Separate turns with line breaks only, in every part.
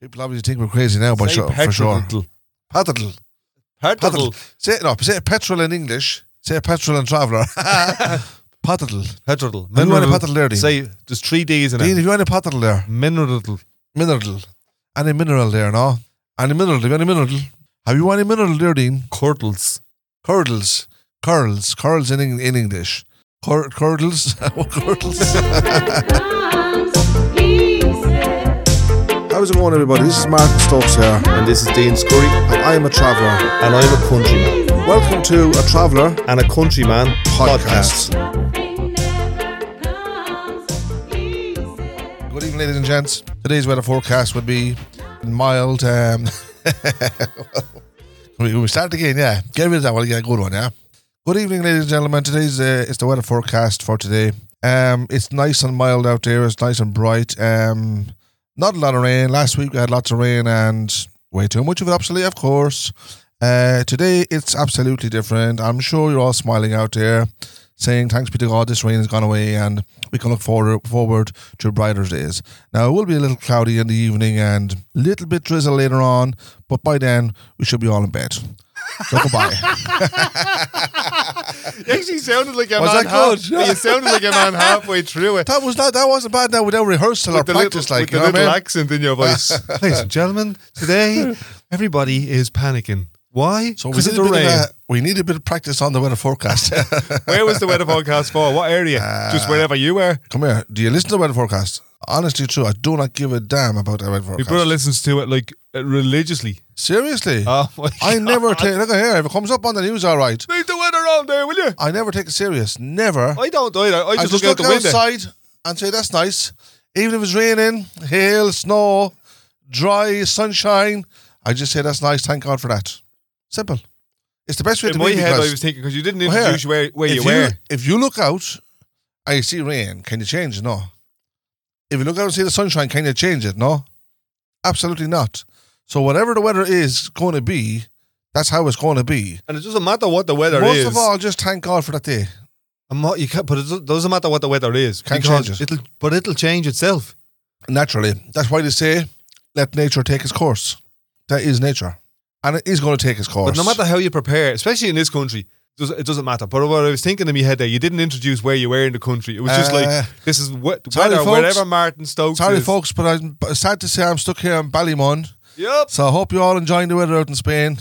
People obviously think we're crazy now, but
Say
sure, for sure. Paddle. Paddle.
Petrol.
Say it no, say petrol in English. Say petrol and traveller. paddle.
Petrol.
And you want a
Mineral.
paddle there, Dean?
Say, there's three D's in
Dean,
it.
if you want a paddle there,
Mineral.
mineral. Any mineral there, no? Any mineral, have you any mineral? Have you any mineral there, Dean?
Curdles.
Curdles. Curls. Curls in, Eng- in English. Cur- curdles. what curdles? How's it going, everybody? This is Martin Stokes here,
And this is Dean Scurry.
and I am a traveller.
And I'm a countryman.
Welcome to A Traveller
And a countryman
podcast. Good evening, ladies and gents. Today's weather forecast would be mild. Um, we, we start again, yeah. Get rid of that. Well, yeah, good one, yeah. Good evening, ladies and gentlemen. Today's uh, it's the weather forecast for today. Um, it's nice and mild out there. It's nice and bright. Um, not a lot of rain. Last week we had lots of rain and way too much of it, absolutely, of course. Uh, today it's absolutely different. I'm sure you're all smiling out there, saying thanks be to God this rain has gone away and we can look forward forward to brighter days. Now it will be a little cloudy in the evening and a little bit drizzle later on, but by then we should be all in bed. So goodbye.
You actually sounded like a
Was
man
that good?
half- You sounded like a man halfway through it.
that was not that wasn't bad. Now without rehearsal or
With the little,
practice, like
with
you
the
know what I
little
mean?
accent in your voice. Ladies and gentlemen, today everybody is panicking. Why?
so we need, a bit of a, we need a bit of practice on the weather forecast.
Where was the weather forecast for? What area?
Ah,
Just wherever you were.
Come here. Do you listen to the weather forecast? Honestly, true. I do not give a damn about the weather
My
forecast.
brother listens to it like uh, religiously.
Seriously,
Oh my
I
God.
never take. Look at here. If it comes up on the news, all right.
Leave the weather on there, will you?
I never take it serious. Never.
I don't either. I
I
Oh, just, look out the window.
outside and say that's nice. Even if it's raining, hail, snow, dry, sunshine, I just say that's nice. Thank God for that. Simple. It's the best way
In
to
my
be
head, I
because
was thinking because you didn't
Well, here,
introduce where, where
if
you were.
if you look out and you see rain, can you change it? No. If you look out and see the sunshine, can you change it? No. Absolutely not. So whatever the weather is going to be, that's how it's going to be.
And it doesn't matter what the weather
Most
is.
of all, just thank God for that day.
I'm not, you can't, but it doesn't- doesn't matter what the weather is.
Can't
because
change it.
It'll, but it'll change itself.
Naturally. That's why they say, let nature take its course. That is nature. And it is going to take its course.
But no matter how you prepare, especially in this country, does- it doesn't matter. But what I was thinking in my head there, you didn't introduce where you were in the country. It was just
Uh,
like, this is what,
sorry,
weather,
folks.
wherever Martin Stokes
Sorry,
is.
folks, but I'm but sad to say I'm stuck here in Ballymun.
Yep.
So I hope you're all enjoying the weather out in Spain.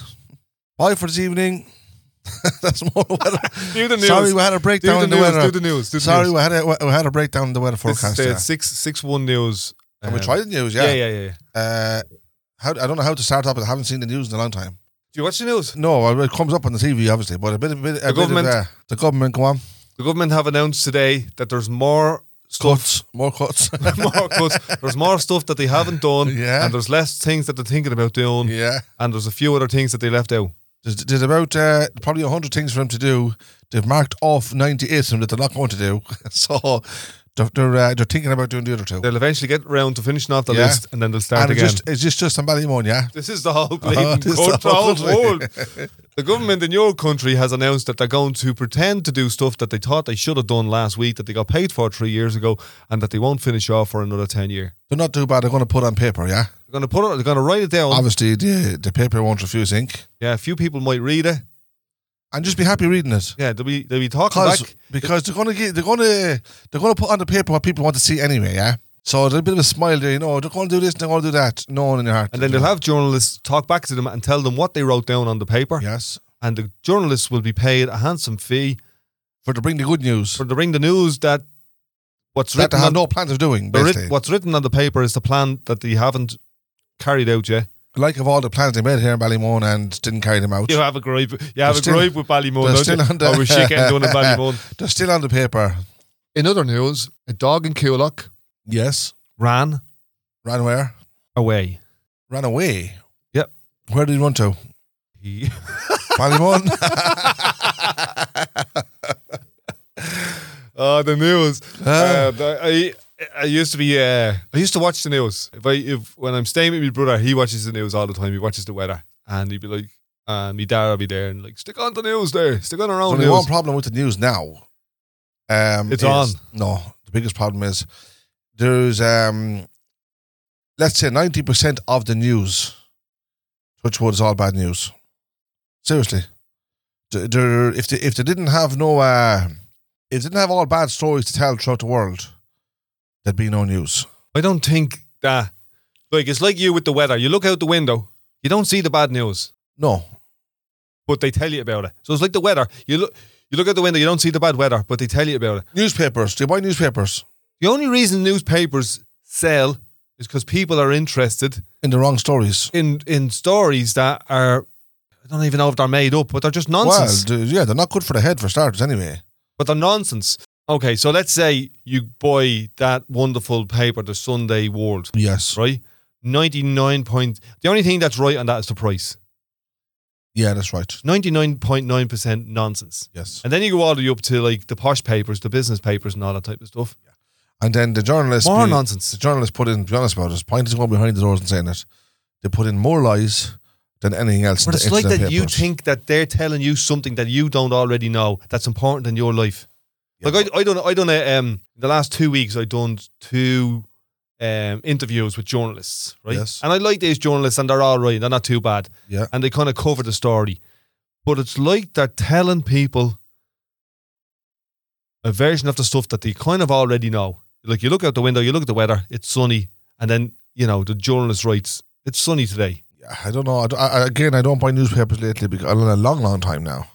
Bye for this evening. That's more weather.
Do the news.
Sorry, we had a
do
breakdown
the
in the
news,
weather.
do the news. Do the
Sorry,
news.
we had a we had a breakdown in the weather
This is
forecast.
the
yeah.
six six one news.
And we
um,
tried the news, yeah.
Yeah, yeah, yeah. yeah.
Uh, how I don't know how to start up. I haven't seen the news in a long time.
Do you watch the news?
No, I- it comes up on the TV, obviously, but a bit, a bit, a bit
government.
Of, uh, the government, go on,
The government have announced today that there's more stuff,
cuts, more cuts.
more cuts. There's more stuff that they haven't done,
Yeah.
and there's less things that they're thinking about doing,
yeah,
and there's a few other things that they left out.
there's, there's about uh, probably hundred things for them to do. They've marked off ninety eight of them that they're not going to do, so they're they're, uh, they're thinking about doing the other two.
They'll eventually get round to finishing off the
Yeah.
list, and then they'll start
And it's
again.
just it's just just somebody one, yeah.
this is the whole bleeding
this is the
country,
whole
whole
country.
world. The government in your country has announced that they're going to pretend to do stuff that they thought they should have done last week, that they got paid for three years ago, and that they won't finish off for another ten year.
They're not too bad. They're going to put on paper, yeah.
They're going to put it. They're going to write it down.
Obviously, the the paper won't refuse ink,
yeah, a few people might read it.
and just be happy reading it.
Yeah, they'll be they'll be talking
because
back.
because they're gonna get they're gonna they're gonna put on the paper what people want to see anyway, yeah. So there's a bit of a smile there, you know. They're gonna do this, they're gonna do that. No one in your heart.
And then they'll have journalists talk back to them and tell them what they wrote down on the paper.
yes
And the journalists will be paid a handsome fee
for to bring the good news
for to bring the news that what's
that they
written
have
on,
no plans of doing.
the writ-
Basically,
what's written on the paper is the plan that they haven't carried out yet.
like of all the plans they made here in Ballymun and didn't carry them out.
You have a gripe. You have
They're
a
still-
gripe with Ballymun.
they're
don't
still
you?
under-
Oh, we shit getting done in Ballymun.
They're still on the paper.
In other news, a dog in Coolock
Yes,
Ran
ran where?
away.
Ran away.
Yep.
Where did he run to?
He-
Ballymun.
Oh, the news.
Ah.
Uh, the- I I used to be. Uh, I used to watch the news. If I if when I'm staying with my brother, he watches the news all the time. He watches the weather, and he'd be like, uh, "My dad will be there and like stick on the news there, stick on our
There's
own
only one
news."
problem with the news now. Um,
It's
is-
on.
No, the biggest problem is there's um, let's say ninety percent of the news, which was all bad news. Seriously, Th- there, if they, if they didn't have no uh, if they didn't have all bad stories to tell throughout the world, there'd be no news.
I don't think that. Like it's like you with the weather. You look out the window, you don't see the bad news,
No,
but they tell you about it. So it's like the weather. You look, you look out the window, you don't see the bad weather, but they tell you about it.
newspapers. Do you buy newspapers
The only reason newspapers sell is because people are interested
in the wrong stories?
in in stories that are. I don't even know if they're made up, but they're just nonsense.
Well, th- yeah, they're not good for the head for starters, anyway.
but they're nonsense. Okay, so let's say you buy that wonderful paper, the Sunday World,
Yes,
right? Ninety nine point. The only thing that's right on that is the price.
yeah, that's right.
Ninety nine point nine percent nonsense.
Yes,
And then you go all the way up to like the posh papers, the business papers, and all that type of stuff.
and then the journalists.
More
be- the
nonsense.
journalists put in. To be honest about this, point is going behind the doors and saying it. They put in more lies than anything else.
But
into-
it's like
into the
that you
papers.
think that they're telling you something that you don't already know that's important in your life.
Yeah.
Like I, I done, I done a, um the last two weeks I done two um interviews with journalists, right?
Yes.
And I like these journalists, and they're all right, they're not too bad,
Yeah.
and they kind of cover the story. But it's like they're telling people a version of the stuff that they kind of already know. Like you look out the window, you look at the weather, it's sunny, and then you know the journalist writes, "It's sunny today."
I don't know. I, don't- I, I- again, I don't buy newspapers lately because in a long, long time now,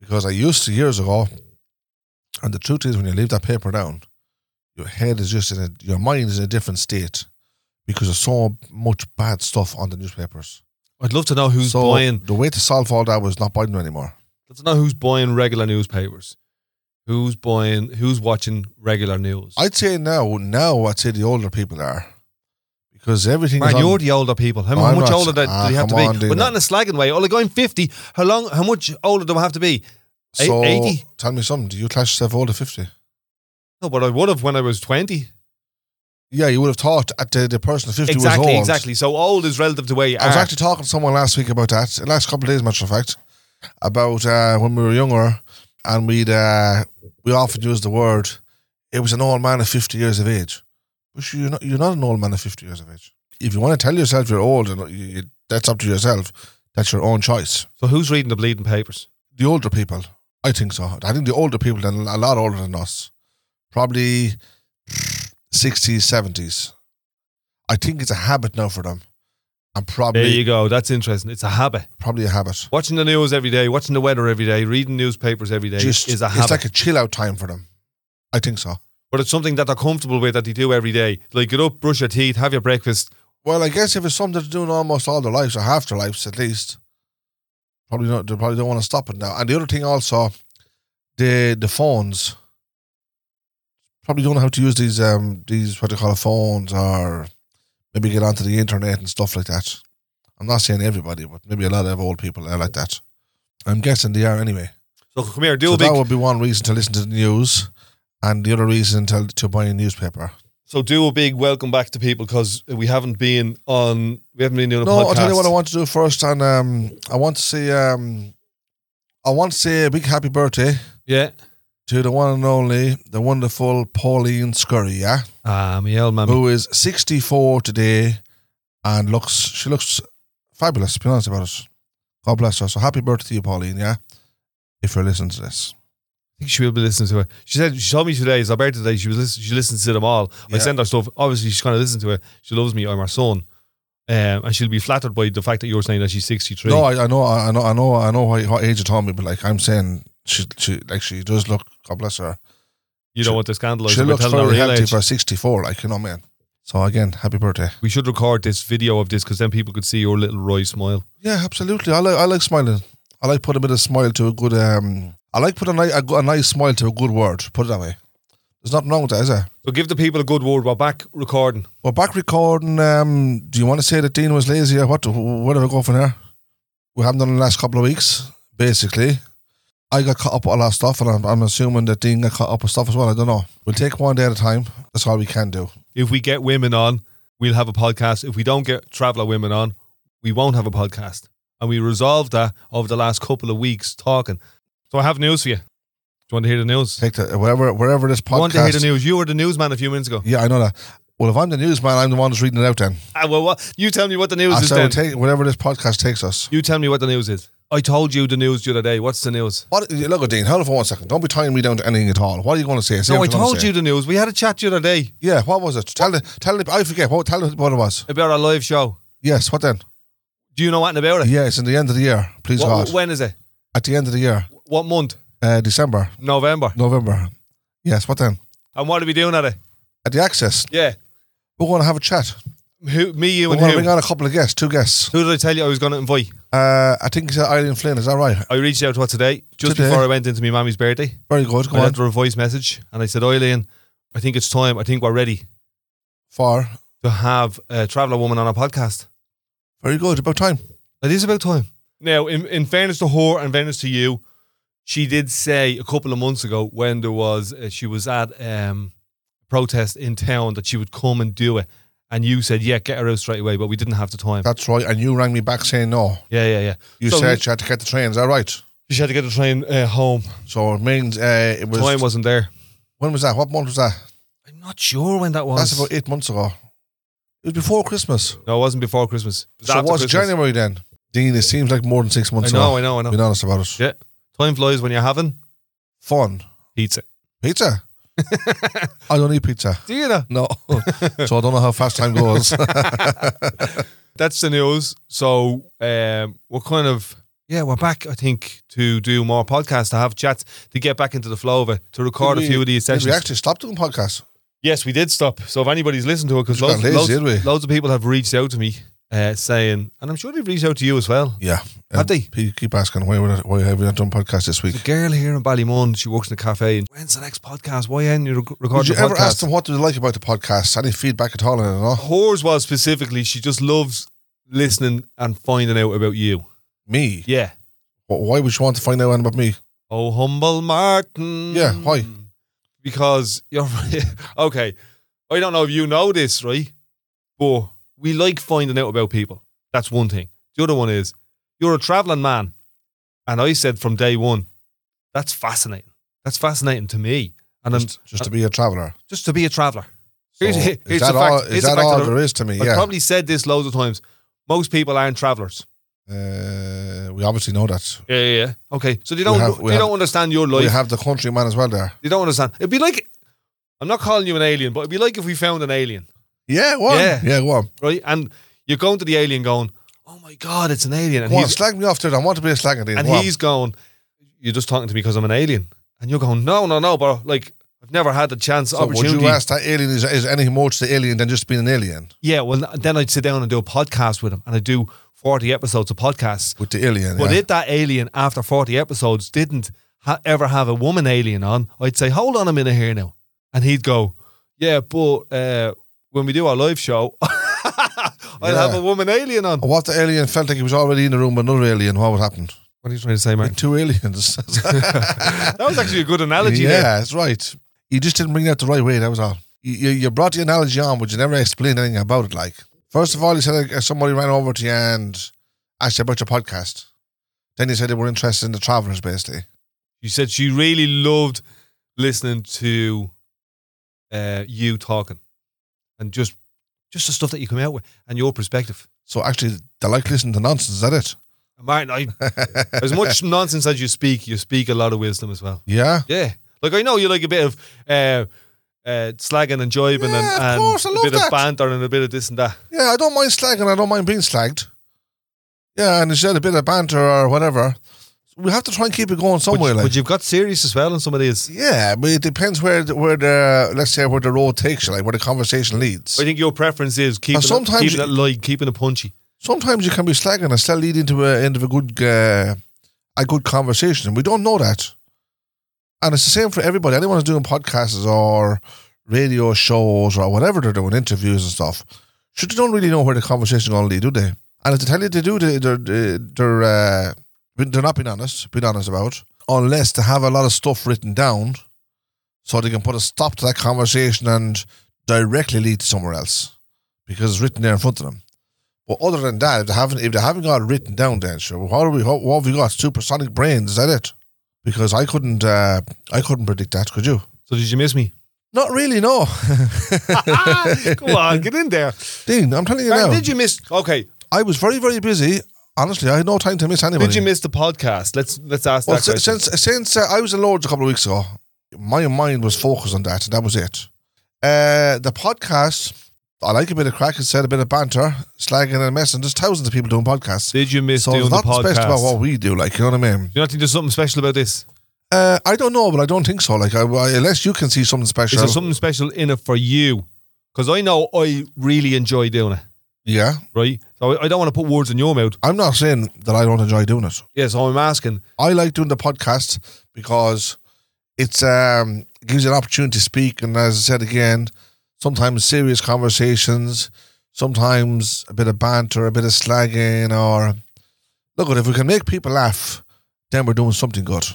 because I used to years ago. And the truth is, when you leave that paper down, your head is just in a, your mind is in a different state because there's so much bad stuff on the newspapers.
I'd love to know who's
so
buying.
the way to solve all that was not buying them anymore.
let's know who's buying regular newspapers. Who's buying? Who's watching regular news?
I'd say now, now I'd say the older people are because everything. is
Man,
on-
you're the older people. How,
Oh,
how
I'm
much
not-
older do,
ah,
do you have to
come
be?
on,
but
dude.
not in a slagging way. Oh, like I'm 50. How long? How much older do I have to be? eight-
so
80?
tell me something. Do you clash yourself older fifty?
No, but I would have when I was 20.
Yeah, you would have thought at the, the person of fifty was
Exactly,
old.
exactly. Ah. So old is relative to where you
I was
are.
actually talking to someone last week about that. The last couple of days, matter of fact, about uh, when we were younger, and we'd uh, we often used the word. It was an old man of fifty years of age, but you're not you're not an old man of fifty years of age. If you want to tell yourself you're old, and you, you- that's up to yourself. That's your own choice.
so who's reading the bleeding papers?
The older people, I think so. I think the older people, than a lot older than us, probably sixties, seventies. I think it's a habit now for them, and
There
probably
you go. That's interesting. It's a habit.
probably a habit.
Watching the news every day, watching the weather every day, reading newspapers every day
just
is a
it's
habit.
like a chill out time for them. I think so.
but it's something that they're comfortable with that they do every day. Like get up, brush your teeth, have your breakfast.
Well, I guess if it's something to do in almost all their lives or half their lives at least, probably not. They probably don't want to stop it now. And the other thing also, the the phones probably don't know how to use these um these what they call phones or maybe get onto the internet and stuff like that. I'm not saying everybody, but maybe a lot of old people are like that. I'm guessing they are anyway.
So come here, do
So
a big
that would be one reason to listen to the news, and the other reason to to buy a newspaper.
So do a big welcome back to people because we haven't been on. We haven't been doing a
No,
podcast.
I'll tell you what I want to do first, and um, I want to say um, I want to say a big happy birthday
Yeah.
to the one and only, the wonderful Pauline Scurry, yeah,
Ah, my old man.
who is sixty four today, and looks she looks fabulous. To be honest about it, God bless her. So happy birthday to you, Pauline, yeah. If you're listening to this,
I think she will be listening to it. She said she told me today, it's her birthday today. She was listen, she listens to them all. I
Yeah.
send her stuff. Obviously, she's going to listen to it. She loves me. I'm her son, um, and she'll be flattered by the fact that you're saying that she's 63.
no, I, I know, I know, I know, I know what, what age you told me, but like I'm saying, she, she, like she does look. God bless her.
you
she-
don't want to scandalise.
she
her by
looks
telling her
very
real
healthy
age.
for sixty four. Like you know, man. So again, happy birthday.
We should record this video of this because then people could see your little Roy smile.
Yeah, absolutely. I like I like smiling. I like putting a bit of smile to a good. Um, I like putting a, ni- a, go- a nice smile to a good word. Put it that way. There's nothing wrong with that, is there?
So give the people a good word. We're back recording.
We're back recording. Um, do you want to say that Dean was lazy or what? Where do we go from here? We haven't done the last couple of weeks, basically. I got caught up with a lot of stuff, and I'm, I'm assuming that Dean got caught up with stuff as well. I don't know. We'll take one day at a time. That's all we can do.
If we get women on, we'll have a podcast. If we don't get traveler women on, we won't have a podcast. And we resolved that over the last couple of weeks talking. So I have news for you. Do you want to hear the news?
Take the, wherever wherever this
I want to hear the
podcast.
news. You were the newsman a few minutes ago.
Yeah, I know that. Well, if I'm the newsman, I'm the one that's reading it out then.
Ah, well, what, you tell me what the news
I
is
said,
then.
take, whatever this podcast takes us.
you tell me what the news is. I told you the news the other day. What's the news?
What, look, Dean, hold on for one second. Don't be tying me down to anything at all. What are you going to say? Say
no, I
what you're gonna
told
say.
you the news. We had a chat the other day
Yeah, what was it? Tell the, tell the, I forget. What, tell the, what it was.
about our live show.
Yes, what then?
Do you know anything about it?
Yeah, it's in the end of the year. Please
What-
God.
when is it?
At the end of the year,
What month?
uh, December,
November.
November. Yes, what then?
And what are we doing at it?
At the Access,
Yeah.
we're going to have a chat.
Who, me, you,
We're
and
going to
who?
bring on a couple of guests, two guests.
Who did I tell you I was going to invite?
Uh, I think it's Eileen Flynn. Is that right?
I reached out to her today, just
Today?
before I went into my mammy's birthday.
Very good. Go
I
on.
left her a voice message and I said, Eileen, I think it's time. I think we're ready
Far.
to have a traveller woman on a podcast.
Very good. About time.
It is about time. Now, in, in fairness to her and fairness to you, she did say a couple of months ago when there was uh, she was at um, a protest in town that she would come and do it, and you said yeah, get her out straight away, but we didn't have the time.
That's right. And you rang me back saying no.
Yeah, yeah, yeah.
You
So
said
we-
you had to get the train. Is that right?
She had to get the train uh, home.
So it means uh, it was.
time wasn't there.
when was that? What month was that?
I'm not sure when that was.
That's about eight months ago. It was before Christmas.
no, it wasn't before Christmas. It was
so it
after
was
Christmas.
January then. Dean, it seems like more than six
I
months ago.
know, I know, I know.
Being honest about it.
Yeah. Time flies when you're having
Fun.
pizza.
Pizza. I don't eat pizza.
Do you know?
No. so I don't know how fast time goes.
That's the news. So um, we're kind of yeah, we're back. I think to do more podcasts, to have chats, to get back into the flow of it, to record
we-
a few of these
Did
sessions.
we actually stopped doing podcasts?
yes, we did stop. So if anybody's listened to it, because
Just got
loads,
lazy,
loads,
did we?
loads of people have reached out to me uh, saying, and I'm sure they've reached out to you as well.
Yeah.
Have they?
Pe- Keep asking, why, were- why have we not done podcasts this week?
The girl here in Ballymun, she works in a cafe. And when's the next podcast? Why ain't you rec-
Did
recording
you
a
ever ask
podcast?
them what do they like about the podcast? Any feedback at all? I don't know.
Hers was specifically. She just loves listening and finding out about you.
Me?
Yeah.
Wh- Why would you want to find out anything about me?
Oh, humble Martin.
Yeah, why?
Because you're okay. I don't know if you know this, right? But we like finding out about people. That's one thing. The other one is you're a traveling man, and I said from day one, that's fascinating. That's fascinating to me, and I'm
Just, just to be a traveller.
just to be a traveler.
So
Here's-
is
here's
that
a fact-
all,
here's
is
a
that
fact
all
of the-
there is to me?
I've
Yeah.
probably said this loads of times. Most people aren't travelers.
Uh, we obviously know that.
Yeah, yeah, yeah. Okay, so they don't
have- we
they
have-
don't understand your
We
life.
have the countryman as well there.
They don't understand. It'd be like, I'm not calling you an alien, but it'd be like if we found an alien,
Yeah, go on.
Yeah.
yeah go on.
right? And you're going to the alien going, oh my God, it's an alien. And
Go on,
he's,
slag me off there. I want to be a slagger. Dean.
and
Go on.
he's going, you're just talking to me because I'm an alien. And you're going, no, no, no, but like, I've never had the chance,
So would
opportunity.
you ask that alien is, is anything more to the alien than just being an alien
yeah, well, then I'd sit down and do a podcast with him and I'd do 40 episodes of podcasts.
with the alien?
But
yeah.
if that alien, after 40 episodes, didn't ha- ever have a woman alien on, I'd say, hold on a minute here now. And he'd go, yeah, but uh, when we do our live show, I'll
Yeah.
have a woman alien on.
what if the alien felt like he was already in the room with another alien? What would happen?
What are you trying to say, Martin?
Two aliens.
that was actually a good analogy
yeah,
there.
that's right. You just didn't bring it out the right way. That was all. You, you, you brought the analogy on, but you never explained anything about it. Like, first of all, you said uh, somebody ran over to you and asked you about your podcast. Then you said they were interested in the travelers, basically.
You said she really loved listening to uh, you talking and just just the stuff that you come out with and your perspective.
So actually, they like listening to nonsense. Is that it?
And Martin, I, as much nonsense as you speak, you speak a lot of wisdom as well.
Yeah.
Yeah. Like I know you like a bit of uh, uh, slagging and jibing and,
Yeah, of
and
course, I
a
love
bit
that.
of banter and a bit of this and that.
Yeah, I don't mind slagging. I don't mind being slagged. Yeah, and instead a bit of banter or whatever, we have to try and keep it going
but,
somewhere.
you-
like,
but you've got serious as well on some of these.
yeah, but it depends where the, where the let's say where the road takes you, like where the conversation leads.
I think your preference is keeping
sometimes
it, keeping
you-
it light, keeping it punchy.
Sometimes you can be slagging and still lead into a into a good uh, a good conversation, and we don't know that. And it's the same for everybody. Anyone who's doing podcasts or radio shows or whatever they're doing, interviews and stuff, should they don't really know where the conversation going to lead, do they? And if they tell you they do, they, they're they're uh, they're not being honest, being honest about, unless they have a lot of stuff written down, so they can put a stop to that conversation and directly lead to somewhere else because it's written there in front of them. But other than that, if they haven't if they haven't got it written down, then sure, what are we? What, what have we got? Supersonic brains? Is that it? Because I couldn't uh, I couldn't predict that. Could you?
So did you miss me?
Not really, no.
Come on, get in there.
Dean, I'm telling you
Barry,
now.
did you miss? Okay,
I was very, very busy. Honestly, I had no time to miss anybody.
did you miss the podcast? Let's let's ask
Well,
that
si-
question.
since since uh, I was in Lords a couple of weeks ago, my mind was focused on that. That was it. Uh, the podcast, I like a bit of crack instead, a bit of banter, slagging and messing. There's thousands of people doing podcasts,
did you miss
so
doing
there's
the
nothing special about
podcast?
what we do. Like you know what I mean?
You don't think there's something special about this?
Uh, I don't know, but I don't think so. Like I, I- unless you can see something
Is
special,
there something special in it for you? Because I know I really enjoy doing it,
yeah.
right? So I, I don't want to put words in your mouth.
I'm not saying that I don't enjoy doing it.
Yeah, so I'm asking.
I like doing the podcast because it's um gives you an opportunity to speak and as I said again, sometimes serious conversations, sometimes a bit of banter, a bit of slagging or look if we can make people laugh, then we're doing something good.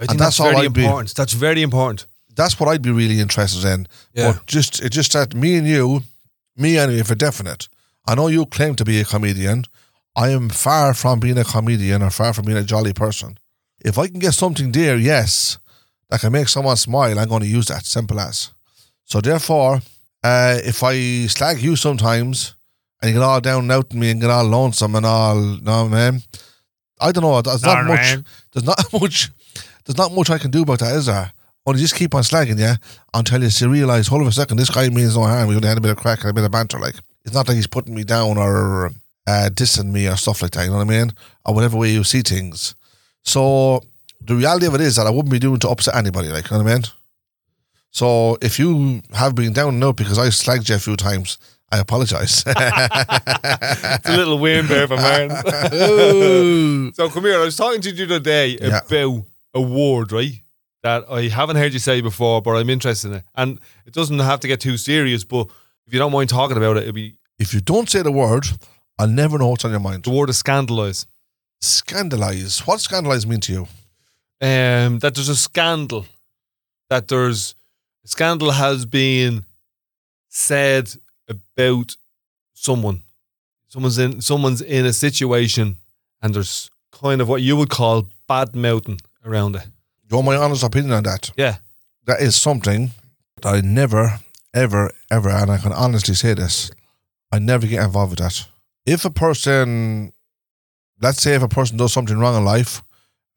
I think
And
that's,
that's all
very
I'd be-
important. That's very important.
That's what I'd be really interested in.
Yeah.
But just it just that me and you, me anyway for definite. I know you claim to be a comedian. I am far from being a comedian or far from being a jolly person. If I can get something there, yes, that can make someone smile, I'm going to use that. Simple as. So therefore, uh, if I slag you sometimes and you get all down and out on me and get all lonesome and all, no man, I don't know. There's not
Nah,
much.
man.
There's not much. There's not much I can do about that, is there? Only just keep on slagging, yeah, until you see, realize, hold on a second, this guy means no harm. We only had a bit of crack and a bit of banter. Like it's not like he's putting me down or uh, dissing me or stuff like that. You know what I mean? Or whatever way you see things. So the reality of it is that I wouldn't be doing to upset anybody. Like you know what I mean? So if you have been down and out because I slagged you a few times, I apologise.
It's a little weird bear for man.
Ooh.
so come here. I was talking to you the other day
Yeah.
about a word, right? That I haven't heard you say before, but I'm interested in it. And it doesn't have to get too serious, but if you don't mind talking about it, it'd be
if you don't say the word, I'll never know what's on your mind.
the word is scandalise.
Scandalise. What does scandalise mean to you?
um, that there's a scandal, that there's a scandal has been said about someone. Someone's in someone's in a situation, and there's kind of what you would call bad mouthing around it.
You want my honest opinion on that?
Yeah.
That is something that I never, ever, ever, and I can honestly say this, I never get involved with that. If a person, let's say if a person does something wrong in life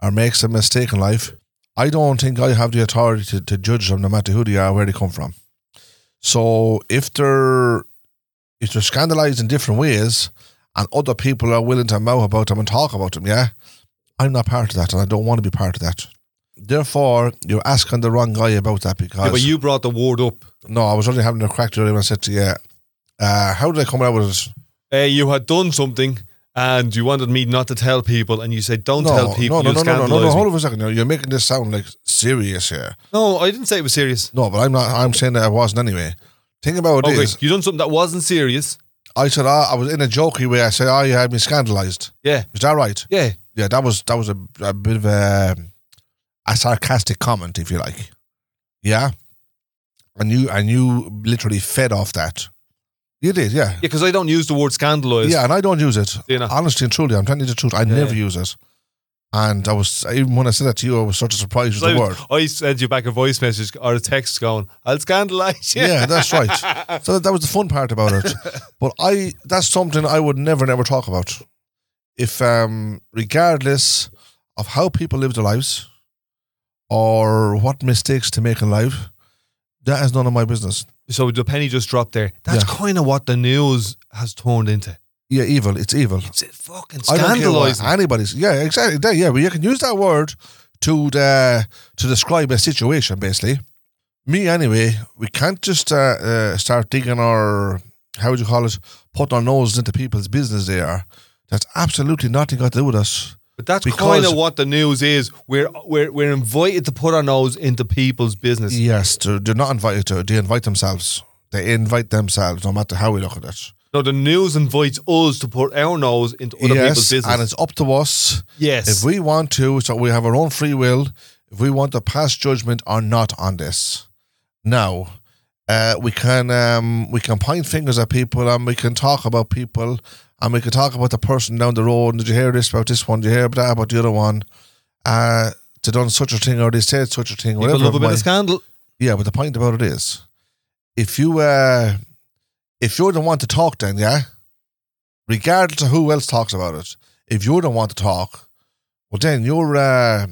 or makes a mistake in life, I don't think I have the authority to, to judge them no matter who they are, where they come from. So if they're if they're scandalized in different ways and other people are willing to mouth about them and talk about them, yeah, I'm not part of that and I don't want to be part of that. Therefore, you're asking the wrong guy about that because
Yeah, but you brought the word up.
no, I was only having a crack today when I said to you, uh, how did I come out with it?
Uh, you had done something, and you wanted me not to tell people, and you said, "Don't tell people."
no, no,
you'll
no, no, no, no,
scandalise me."
hold on for a second. now. You're making this sound like serious here.
No, I didn't say it was serious.
No, but I'm not. I'm saying that I wasn't anyway. Think about
Okay,
this.
you done something that wasn't serious.
I said ah, I was in a jokey way. I said, "Oh, you had me scandalized."
Yeah,
Is that right?
yeah.
Yeah, that was that was a, a bit of a a sarcastic comment, if you like. Yeah, and you and you literally fed off that. You did, yeah,
Yeah, because I don't use the word scandalise.
yeah. And I don't use it.
You know?
honestly and truly, I'm telling you the truth. I never
yeah.
use it. And I was even when I said that to you, I was sort of surprised with the
I,
word.
I sent you back a voice message or a text going, I'll scandalize you.
Yeah, that's right. So that, that was the fun part about it. But I that's something I would never never talk about. If um regardless of how people live their lives or what mistakes to make in life, that is none of my business.
So the penny just dropped there. That's kind of what the news has turned into.
Yeah, evil. It's evil.
It's a fucking
I don't care what
scandalizing.
anybody's. Yeah, exactly. There, yeah, but you can use that word to the, to describe a situation, basically. Me, anyway, we can't just uh, uh, start digging our, how would you call it, putting our noses into people's business there. That's absolutely nothing got to do with us.
But that's
because-
kind of what the news is. We're, we're, we're invited to put our nose into people's business.
Yes, they're, they're not invited to. They invite themselves. They invite themselves, no matter how we look at it.
No, the news invites us to put our nose into other people's
yes,
business.
and it's up to us
yes.
if we want to, so we have our own free will, if we want to pass judgment or not on this. Now, uh, we can um, we can point fingers at people and we can talk about people and we can talk about the person down the road. And did you hear this about this one? Did you hear about that about the other one? Uh, they done such a thing or they said such a thing.
People
whatever
love
it
a bit
might-
of scandal.
Yeah, but the point about it is, if you uh, if you're the one to talk, then yeah, regardless of who else talks about it, if you're the one to talk, well, then you're uh,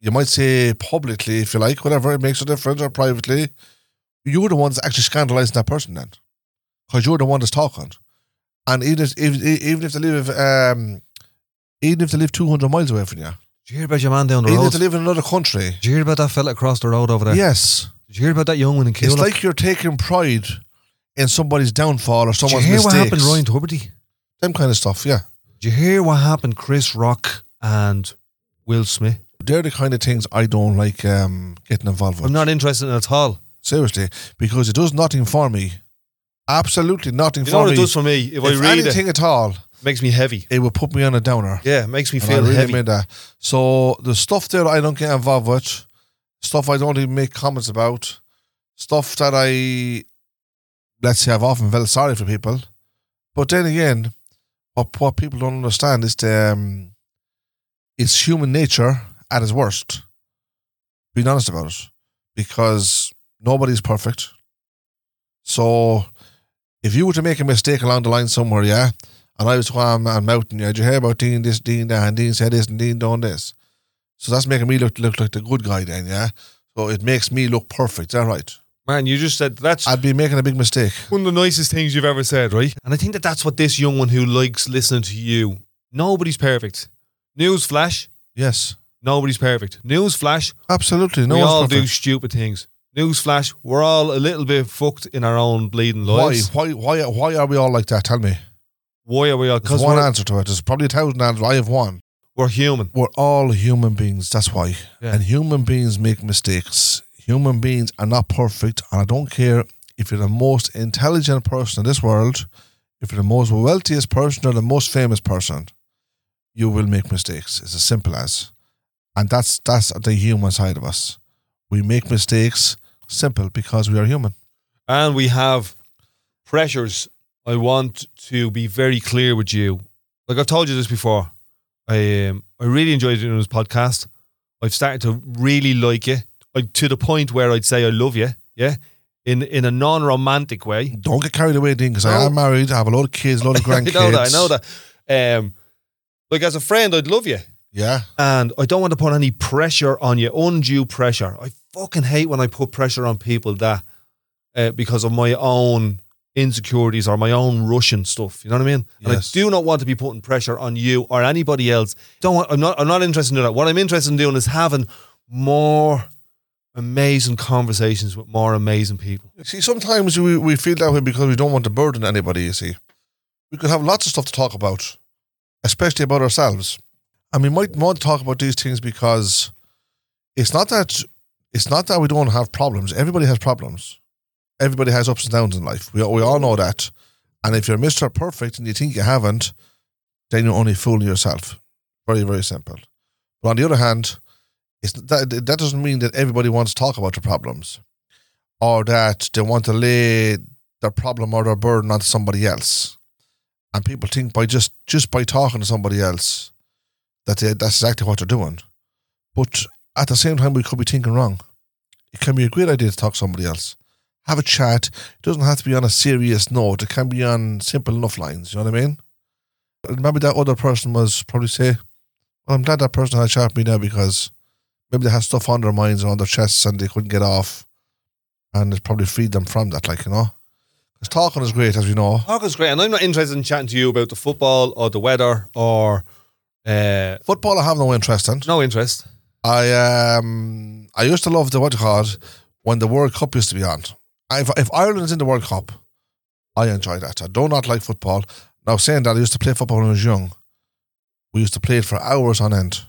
you might say publicly, if you like, whatever it makes a difference, or privately, you're the one that's actually scandalising that person then, because you're the one that's talking, and even if, if even if they live um, even if they live two hundred miles away from you,
Did you hear about your man down the
even
road?
if they live in another country,
Did you hear about that fella across the road over there?
yes.
Did you hear about that young one in Killock?
It's like you're taking pride in somebody's downfall or
Did you
someone's
hear
mistakes.
what happened, Ryan Tuberty?
Them kind of stuff, yeah.
Did you hear what happened, Chris Rock and Will Smith?
They're the kind of things I don't like um, getting involved with.
I'm not interested in it at all.
Seriously, because it does nothing for me. Absolutely nothing
You know
for
what
me.
it does for me? If, I
if
read it,
anything at all,
it makes me heavy.
it will put me on a downer.
Yeah, it makes me
And I
feel
really
heavy.
mean that. So the stuff there I don't get involved with, stuff I don't even make comments about, stuff that I, let's say, I've often felt sorry for people. But then again, what what people don't understand is the, um, it's human nature at its worst. Being honest about it, because nobody's perfect. So, if you were to make a mistake along the line somewhere, yeah, and I was going and mounting you. Did you hear about Dean this, Dean that, and Dean said this, and Dean done this? So that's making me look look like the good guy then, yeah. So it makes me look perfect. Is that right?
Man, you just said that's
I'd be making a big mistake.
one of the nicest things you've ever said, right? And I think that that's what this young one who likes listening to you. Nobody's perfect. News flash,
Yes,
nobody's perfect. News flash,
absolutely. No
we
one's
all do
perfect.
stupid things. News flash, we're all a little bit fucked in our own bleeding
Why?
lives.
Why? Why? Why are we all like that? Tell me.
Why, are we all?
There's
Because
one
we're,
answer to it. There's probably a thousand answers. I have one.
we're human.
We're all human beings. That's why.
Yeah.
And human beings make mistakes. Human beings are not perfect. And I don't care if you're the most intelligent person in this world, if you're the most wealthiest person or the most famous person, you will make mistakes. It's as simple as. And that's that's the human side of us. We make mistakes simple because we are human.
and we have pressures. I want to be very clear with you. Like I've told you this before, I um, I really enjoyed doing this podcast. I've started to really like it, like to the point where I'd say I love you. Yeah, in in a non romantic way.
Don't get carried away, Dean, because I
No.
am married, I have a lot of kids, a lot of
I
grandkids.
know that. I know that. Um, like as a friend, I'd love you,
Yeah.
and I don't want to put any pressure on you, undue pressure. I fucking hate when I put pressure on people that uh, because of my own insecurities or my own Russian stuff. You know what I mean? And I
Yes.
do not want to be putting pressure on you or anybody else. Don't want, I'm not. I'm not interested in that. What I'm interested in doing is having more amazing conversations with more amazing people.
See, sometimes we, we feel that way because we don't want to burden anybody, you see. We could have lots of stuff to talk about, especially about ourselves. And we might want to talk about these things because it's not that it's not that we don't have problems. Everybody has problems. Everybody has ups and downs in life. We, we all know that. And if you're Mr. Perfect and you think you haven't, then you're only fooling yourself. Very, very simple. But on the other hand, it's, that, that doesn't mean that everybody wants to talk about their problems or that they want to lay their problem or their burden onto somebody else. And people think by just just by talking to somebody else that they, that's exactly what they're doing. But at the same time, we could be thinking wrong. It can be a great idea to talk to somebody else, have a chat. It doesn't have to be on a serious note. It can be on simple enough lines. You know what I mean? And maybe that other person was probably say, "Well, I'm glad that person had a chat with me now because maybe they had stuff on their minds and on their chests and they couldn't get off." and it probably freed them from that, like, you know. Because talking is great, as we know.
Talk is great, and I'm not interested in chatting to you about the football or the weather or uh,
Football, I have no interest in.
no interest.
I um, I used to love the what you call it, when the World Cup used to be on. If, if Ireland's in the World Cup, I enjoy that. I do not like football. Now, saying that, I used to play football when I was young. We used to play it for hours on end.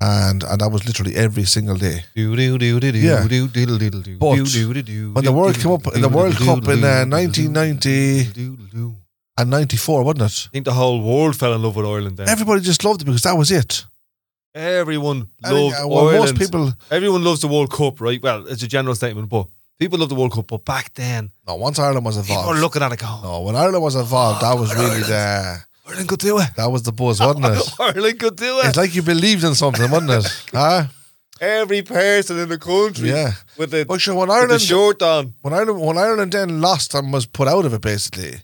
And and that was literally every single day. Yeah. But
when
when the World came up- the World Cup in, uh, 1990 And 94, wasn't it?
I think the whole world fell in love with Ireland then.
Everybody just loved it because that was it.
Everyone
And,
loved
uh, well,
Ireland.
most people,
Everyone loves the World Cup, right? Well, it's a general statement, but people love the World Cup. But back then,
no, once Ireland was
people Oh, were
involved.
looking at it going,
No, when Ireland was involved, that was really the
Ireland could do it.
that was the buzz, wasn't it?
Ireland could do it.
It's like you believed in something, wasn't it? Huh?
Every person in the country
Yeah.
with, the,
Well, Oh, sure, when
with the
Ireland,
shirt on.
when Ireland, when Ireland then lost and was put out of it, basically,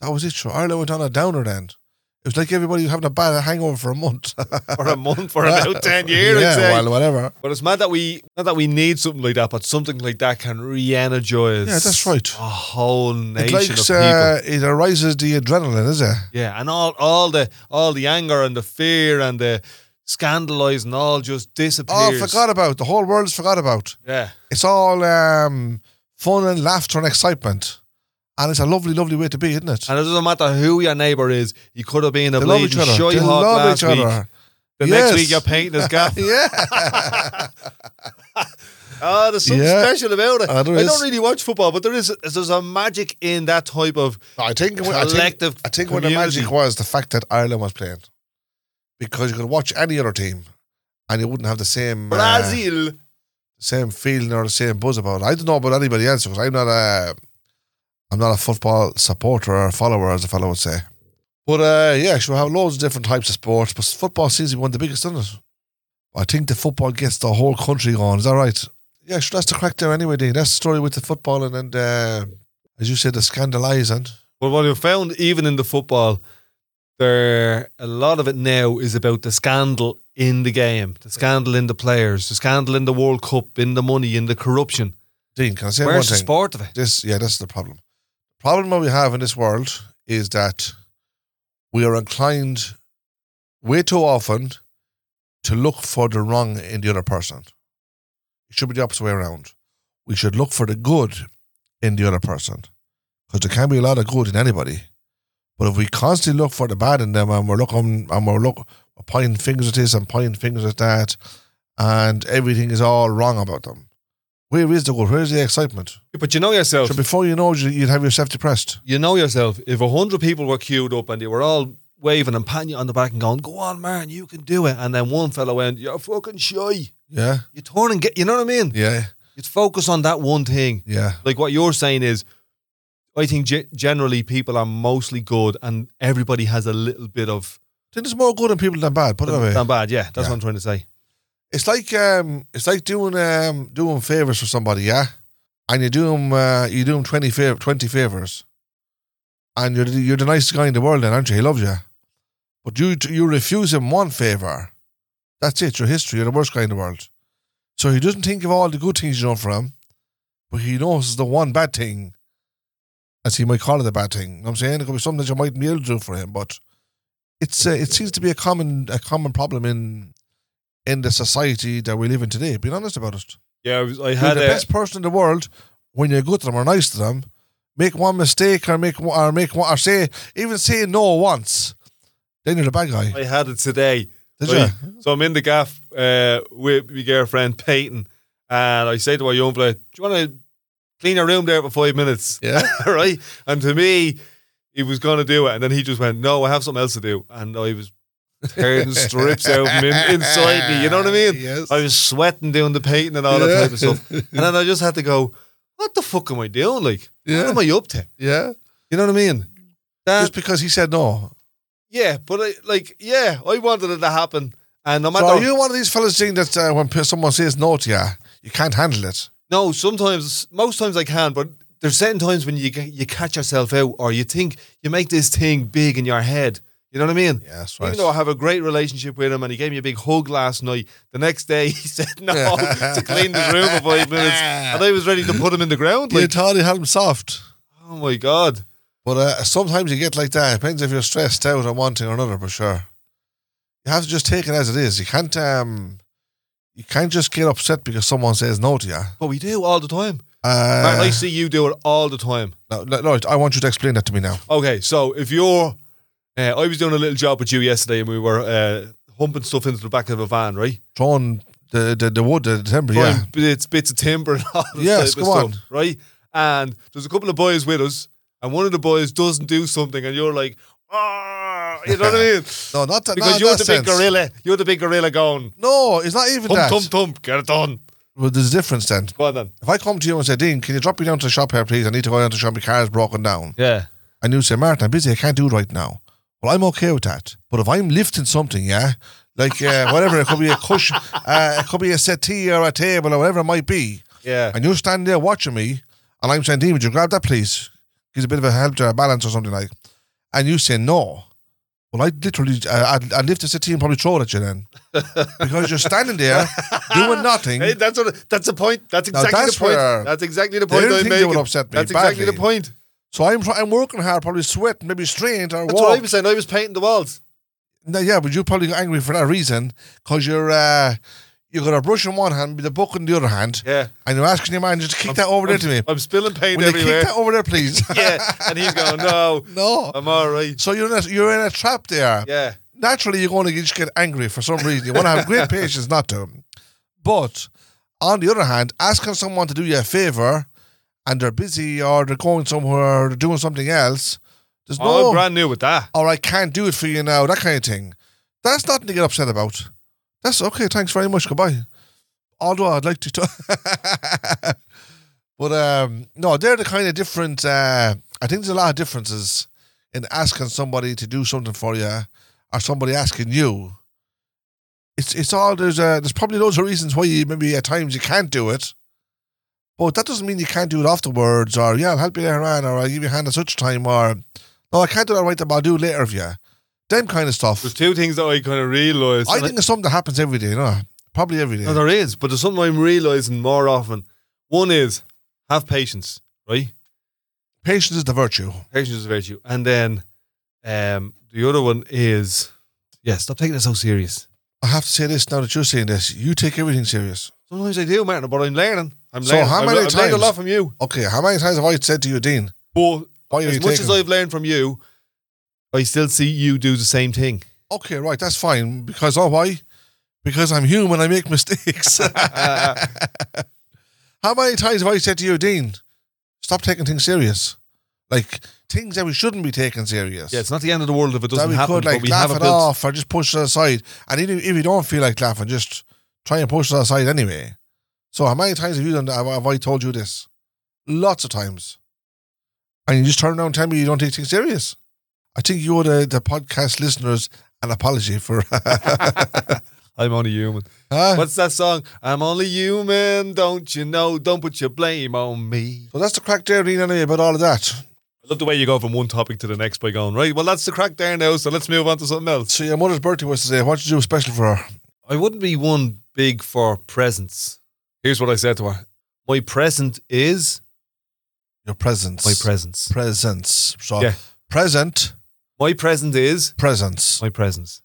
that was it. Sure, Ireland went on a downer then. It was like everybody having a bad hangover for a month.
for a month, for about 10 years. I'd
yeah,
say.
well, whatever.
but it's mad that we, not that we need something like that, but something like that can re energize
Yeah, that's right.
a whole
It
nation of
likes,
people.
uh, it arises the adrenaline, is it?
yeah, and all, all the all the anger and the fear and the scandalizing all just
Oh,
disappears.
forgot about the whole world's forgot about.
Yeah.
It's all um, fun and laughter and excitement, and it's a lovely, lovely way to be, isn't it?
And it doesn't matter who your neighbour is, you could have been a
they love
bleeding
each other.
shy
They
hog
love
last
each
week.
other.
The
Yes.
next week you're painting his gaff.
yeah.
Oh, there's something
Yeah.
special about it.
Oh, there
I
is.
don't really watch football, but there is there's a magic in that type of
I think I think,
collective.
I think when the
community.
magic was the fact that Ireland was playing, because you could watch any other team, and you wouldn't have the same uh,
Brazil.
same feeling or the same buzz about it. I don't know about anybody else because I'm not a I'm not a football supporter or follower, as the fellow would say. But uh, yeah, sure, we have loads of different types of sports, but football seems to be one of the biggest, doesn't it? I think the football gets the whole country going. Is that right? Yeah, sure, that's the crack there anyway, Dean. That's the story with the football and, and uh, as you said, the scandalising.
But what I found, even in the football, there a lot of it now is about the scandal in the game, the scandal in the players, the scandal in the World Cup, in the money, in the corruption.
Dean, can I say
Where's the
one thing?
sport of it?
This, yeah, that's the problem. problem that we have in this world is that we are inclined way too often to look for the wrong in the other person. It should be the opposite way around. We should look for the good in the other person because there can be a lot of good in anybody. But if we constantly look for the bad in them and we're looking and we're look, pointing fingers at this and pointing fingers at that, and everything is all wrong about them, where is the good? Where is the excitement?
But you know yourself.
So before you know, it, you- you'd have yourself depressed.
you know yourself, if a hundred people were queued up and they were all waving and patting you on the back and going, "Go on, man, you can do it," and then one fella went, "You're fucking shy."
Yeah,
You turn and get. You know what I mean?
yeah,
You focus on that one thing.
yeah.
Like what you're saying is, I think ge- generally people are mostly good, and everybody has a little bit of
Then there's more good in people than bad. Put it that way.
than bad. Yeah, that's
Yeah.
what I'm trying to say.
It's like um, it's like doing um, doing favors for somebody, yeah. And you do them, uh, you do them 20, fav- 20 favors, and you're the, you're the nicest guy in the world, then aren't you? He loves you, but you you refuse him one favor. That's it. Your history. You're the worst guy in the world. So he doesn't think of all the good things you know for him, but he knows the one bad thing, as he might call it, the bad thing. You know what I'm saying it could be something that you mightn't be able to do for him, but it's uh, it seems to be a common a common problem in in the society that we live in today. Being honest about it,
Yeah, I, was, I
you're
had
the
a,
best person in the world when you're good to them or nice to them. Make one mistake or make one- or make one or say even say no once, then you're the bad guy.
I had it today.
Did
Right.
you?
So I'm in the gaff uh, with my girlfriend Peyton, and I say to my young fella, "Do you want to clean your room there for five minutes?"
Yeah,
right? And to me, he was going to do it. And then he just went, no, I have something else to do. And I was tearing strips out of him in, inside me. You know what I mean?
Yes.
I was sweating doing the painting and all that type of stuff. And then I just had to go, what the fuck am I doing? Like,
Yeah.
what am I up to?
yeah.
You know what I mean? That,
Just because he said no.
yeah, but I, like, yeah, I wanted it to happen. And no
So
matter
are you one of these fellas saying that uh, when pe- someone says no to you, you can't handle it?
No, sometimes, most times I can, but there's certain times when you ca- you catch yourself out, or you think you make this thing big in your head. You know what I mean?
Yeah, that's
Even though I have a great relationship with him and he gave me a big hug last night, the next day he said no to clean the room for five minutes. And I was ready to put him in the ground.
You
Like,
thought he had him soft.
oh my God.
But uh, sometimes you get like that. Depends if you're stressed out on one thing or another, for sure. You have to just take it as it is. You can't um, you can't just get upset because someone says no to you.
But we do all the time.
Uh,
Martin, I see you do it all the time.
no, no, no, I want you to explain that to me now.
Okay, so if you're. Uh, I was doing a little job with you yesterday and we were uh, humping stuff into the back of a van, right?
Throwing the the, the wood, the timber, yeah,
Throwing bits, bits of timber and all this
Yes,
type of
go
stuff,
on.
right? And there's a couple of boys with us and one of the boys doesn't do something and you're like, ah, you know what I mean?
no, not that.
Because
not
you're
that
the
sense.
big gorilla. You're the big gorilla going,
No, it's not even
thump,
that.
thump, thump, get it done.
Well, there's a difference then.
Go on then.
If I come to you and say, Dean, can you drop me down to the shop here, please? I need to go down to the shop. My car is broken down.
Yeah.
and you say, Martin, I'm busy, I can't do it right now. Well, I'm okay with that. But if I'm lifting something, yeah, like uh, whatever. It could be a cushion, uh, it could be a settee or a table or whatever it might be.
Yeah.
And you're standing there watching me, and I'm saying, "Dean, would you grab that, please? Gives a bit of a help to a balance or something like." And you say no. Well, I literally, uh, I'd, I'd lift the settee and probably throw it at you then, because you're standing there doing nothing.
Hey, that's what. That's the point. That's
Now,
exactly
that's
the point.
where-
That's exactly the
They
point.
didn't
I'm
think they
making.
would upset me
That's exactly
badly.
the point.
So I'm try- I'm working hard, probably sweating, maybe strained or
That's
walk.
what I was saying. I was painting the walls.
No, yeah, but you probably got angry for that reason because you're uh, you got a brush in one hand, with a book in the other hand,
Yeah.
and you're asking your manager to kick that over there to me.
I'm spilling paint
Will you kick
everywhere.
that over there, please?
yeah. And he's going, no,
no.
I'm all right.
So you're in a, you're in a trap there.
Yeah.
Naturally, you're going to just get angry for some reason. You want to have great patience not to. But on the other hand, asking someone to do you a favor and they're busy or they're going somewhere or they're doing something else, there's
Oh,
no
I'm brand new with that.
or I can't do it for you now, that kind of thing. That's nothing to get upset about. That's okay, thanks very much, goodbye. Although I'd like to talk. but um, no, they're the kind of different, uh, I think there's a lot of differences in asking somebody to do something for you or somebody asking you. It's it's all there's uh, there's probably loads of reasons why you maybe at times you can't do it, but that doesn't mean you can't do it afterwards. Or yeah, I'll help you later on, or I'll give you a hand at such time, or no, I can't do that right now, but I'll do it later if you. Them kind of stuff.
There's two things that I kind of realised.
I
and I-
think it's something that happens every day, no? Probably every day.
No, there is, but there's something I'm realising more often. One is have patience, right?
Patience is the virtue.
Patience is a virtue. And then um, the other one is, yeah, stop taking it so serious.
I have to say this now that you're saying this. You take everything serious.
Sometimes I do, Martin, but I'm learning. I'm
So
learning.
how
I've-
many
I've learned a
times-
lot from you.
Okay, how many times have I said to you, Dean,
But
why are you
as
taking
much as I've learned from you, I still see you do the same thing.
Okay, right, that's fine. Because, oh, why? Because I'm human, I make mistakes. how many times have I said to you, Dean, stop taking things serious? Like, things that we shouldn't be taking serious.
Yeah, it's not the end of the world if it
that
doesn't
we
happen,
could like
but we
laugh
have
it
a built.
off or just push it aside. And even if you don't feel like laughing, just try and push it aside anyway. So how many times have you done that? Have, have I told you this? Lots of times. And you just turn around and tell me you don't take things serious. I think you owe the, the podcast listeners an apology for
I'm only human.
Huh?
What's that song? I'm only human, don't you know? Don't put your blame on me.
So that's the crack there, Dean, anyway, about all of that.
I love the way you go from one topic to the next by going, right, well, that's the crack there now, so let's move on to something else.
So your mother's birthday was today. What did you do special for her?
I wouldn't be one big for presents. Here's what I said to her My present is
Your presence.
my presence.
presence. So
Yeah.
present,
My present is
presence.
my presence.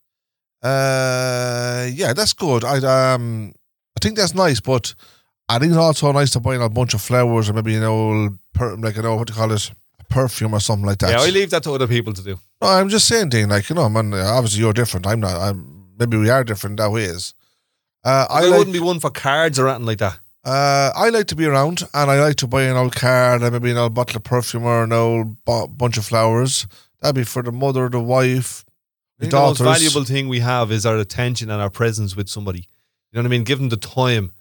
Uh, yeah, that's good. I um, I think that's nice, but I think it's also nice to buy a bunch of flowers or maybe an old per- like an old what do you call it, a perfume or something like that.
yeah, I leave that to other people to do.
no, I'm just saying, Dean. Like you know, man. Obviously, you're different. I'm not. I'm maybe we are different that way. Is uh, I
I,
like
wouldn't be one for cards or anything like that.
uh, I like to be around, and I like to buy an old card and maybe an old bottle of perfume or an old bo- bunch of flowers. That'd be for the mother, the wife, the
I think the most
daughters.
valuable thing we have is our attention and our presence with somebody. You know what I mean? Give them the time.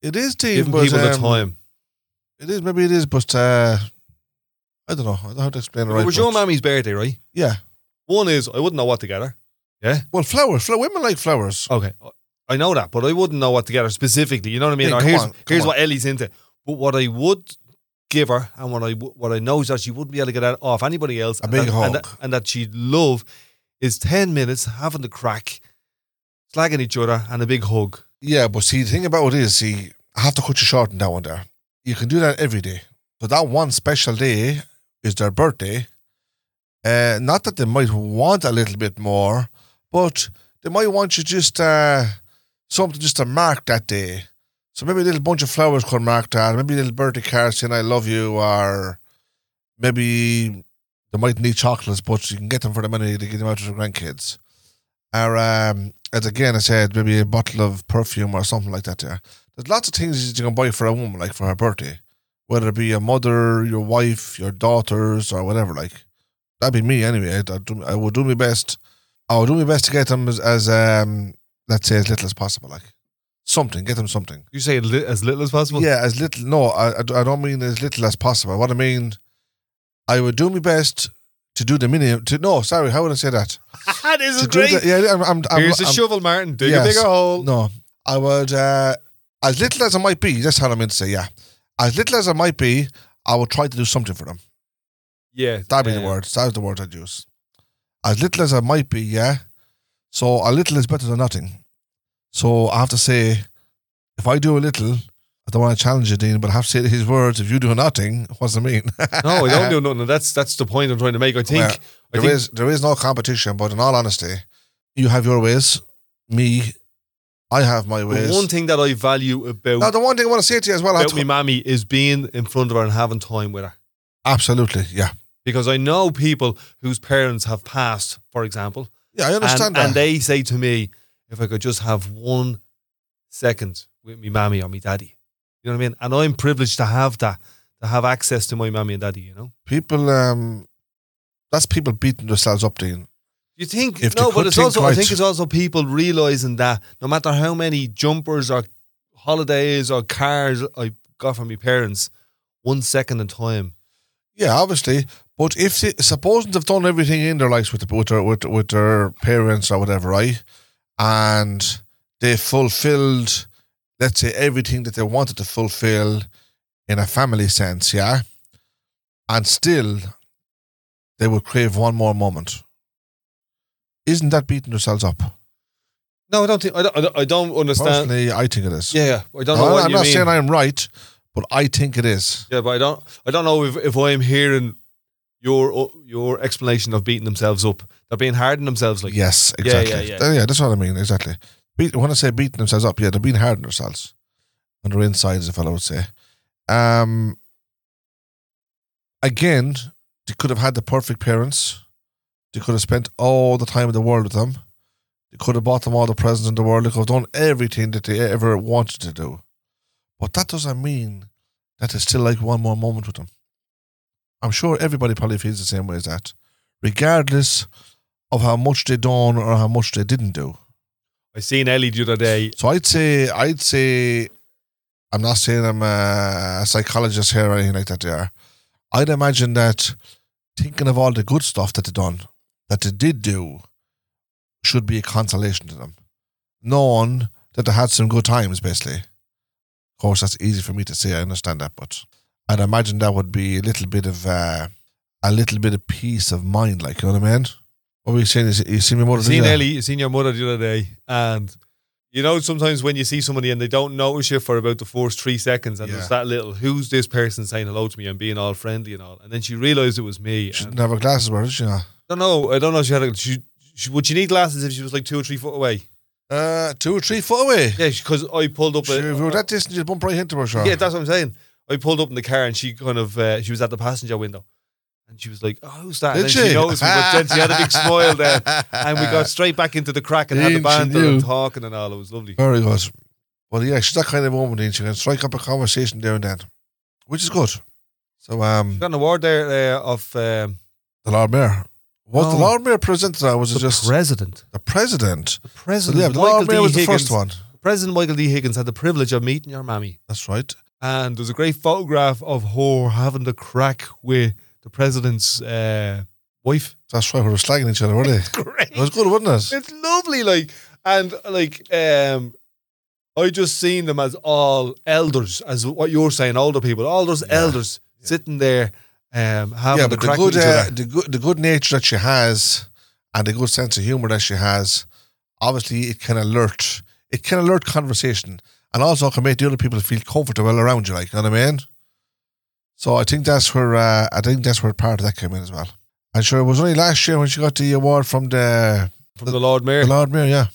It is, Dean.
Give
but,
people the
um,
time.
It is, maybe it is, but uh, I don't know. I don't know how to explain it right.
it was your
but-
mammy's birthday, right?
Yeah.
One is I wouldn't know what to get her.
Well, flowers. Flow- women like flowers.
Okay, I know that, but I wouldn't know what to get her specifically. You know what I mean?
Yeah,
Or
come
here's
on, come
here's
on.
what Ellie's into. But what I would give her, and what I w- what I know is that she wouldn't be able to get that off anybody else,
A
and,
big
that, and,
hug.
that, and that she'd love, is ten minutes having the crack, slagging each other, and a big hug.
Yeah, but see, the thing about it is, see, I have to cut you short on that one there. You can do that every day. But that one special day is their birthday. Uh, not that they might want a little bit more, but they might want you just uh, something just to mark that day. So maybe a little bunch of flowers could mark that. Maybe a little birthday card saying "I love you," or maybe they might need chocolates, but you can get them for the money to give them out to the grandkids. Or um, as again I said, maybe a bottle of perfume or something like that. There, there's lots of things that you can buy for a woman, like for her birthday, whether it be your mother, your wife, your daughters, or whatever. Like that'd be me anyway. I'd, I'd do, I would do my best. I would do my best to get them as, as um, let's say as little as possible. Like something, get them something.
You say li- as little as possible.
Yeah, as little. No, I, I d- I don't mean as little as possible. What I mean, I would do my best to to do the mini. To, no, sorry, how would I say that?
that
To
is
do the, yeah, I'm. I'm, I'm
Here's a
I'm-
shovel, Martin. Dig
Yes.
a bigger hole.
No, I would. Uh, as little as I might be, that's how I meant to say. Yeah, as little as I might be, I would try to do something for them.
Yeah,
That'd be the
uh,
word. That's the word I'd use. As little as I might be, yeah. So a little is better than nothing. So I have to say, if I do a little, I don't want to challenge you, Dean, but I have to say his words. If you do nothing, what's it mean?
No, I don't do nothing. That's that's the point I'm trying to make. I think
Well,
I
There
think
is there is no competition, but in all honesty, you have your ways. Me, I have my
the
ways.
one thing that I value about,
now, the one thing I want to say to you as well, I
about
t-
me mammy is being in front of her and having time with her.
absolutely, yeah,
Because I know people whose parents have passed, for example,
yeah, I
and,
understand that.
and they say to me, if I could just have one second with me mammy or me daddy. You know what I mean? And I'm privileged to have that, to have access to my mammy and daddy, you know?
people, um, that's people beating themselves up, Dean.
You think
If they
no,
could
but it's
think
also I
right.
think it's also people realizing that no matter how many jumpers or holidays or cars I got from my parents, one second in time.
Yeah, obviously. But if they, supposing they've done everything in their lives with with their with, with their parents or whatever, right, and they fulfilled, let's say, everything that they wanted to fulfill in a family sense, yeah, and still they would crave one more moment. Isn't that beating themselves up?
No, I don't think I don't, I don't, I don't understand.
Personally, I think it is.
Yeah, yeah, I don't
No,
know what
I'm
you
not
mean.
saying I am right, but I think it is.
yeah, but I don't I don't know if, if I'm hearing your your explanation of beating themselves up, they're being hard on themselves like
yes,
Yeah, yeah,
exactly. Oh, Yeah,
yeah.
that's what I mean. Exactly. Beat, when I say beating themselves up, yeah, they're being hard on themselves on their insides, if I would say. Um, again, they could have had the perfect parents. They could have spent all the time in the world with them. They could have bought them all the presents in the world. They could have done everything that they ever wanted to do. But that doesn't mean that they still like one more moment with them. I'm sure everybody probably feels the same way as that, regardless of how much they done or how much they didn't do.
I seen Ellie the other day.
So I'd say I'd say I'm not saying I'm a, a psychologist here or anything like that. There, I'd imagine that thinking of all the good stuff that they done, that they did do, should be a consolation to them, knowing that they had some good times. Basically, of course, that's easy for me to say. I understand that, but I'd imagine that would be a little bit of uh, a little bit of peace of mind. Like you know what I mean? What were you saying? You see- You see me more
I
than
seen
that?
Ellie, I seen your mother the other day, and you know sometimes when you see somebody and they don't notice you for about the first three seconds, and
Yeah.
there's that little "Who's this person saying hello to me?" and being all friendly and all, and then she realised it was me.
She
And
didn't have her glasses, were she? No.
I don't know. I don't know. if She had a, she, she would she need glasses if she was like two or three foot away?
Uh, two or three foot away.
Yeah, because I pulled up.
Sure,
a-
if we were that distance, you'd bump right into her, sure.
yeah, that's what I'm saying. I pulled up in the car and she kind of uh, she was at the passenger window, and she was like, "Oh, who's that?"
Did
and then
she?
she noticed me, but then she had a big smile there, and we got straight back into the crack and had the
Didn't she
banter
do?
and talking and all. It was lovely.
Very good. Well, yeah, she's that kind of woman, and she can strike up a conversation there and then, which is good. So, um,
got an award there uh, of um,
the Lord Mayor. Was the
Oh.
Lord Mayor presented that? Was it just
president.
the President?
The
So,
president.
yeah, the
Michael
Lord Mayor
D.
was the
Higgins.
first one.
President Michael D. Higgins had the privilege of meeting your mammy,
That's right.
and there's a great photograph of her having the crack with the president's uh, wife.
That's right. We were slagging each other, were they?
Great,
It was good, wasn't it?
it's lovely. Like and like, um, I just seen them as all elders, as what you're saying, older people, all those elders sitting there, um, having
Yeah,
the
but the
crack
good,
with each
uh,
other.
the good, the good nature that she has, and the good sense of humor that she has, obviously it can alert, it can alert conversation, and also can make the other people feel comfortable around you. Like, you know what I mean? So I think that's where uh, I think that's where part of that came in as well. And sure, it was only last year when she got the award from the,
From the Lord Mayor,
the Lord Mayor.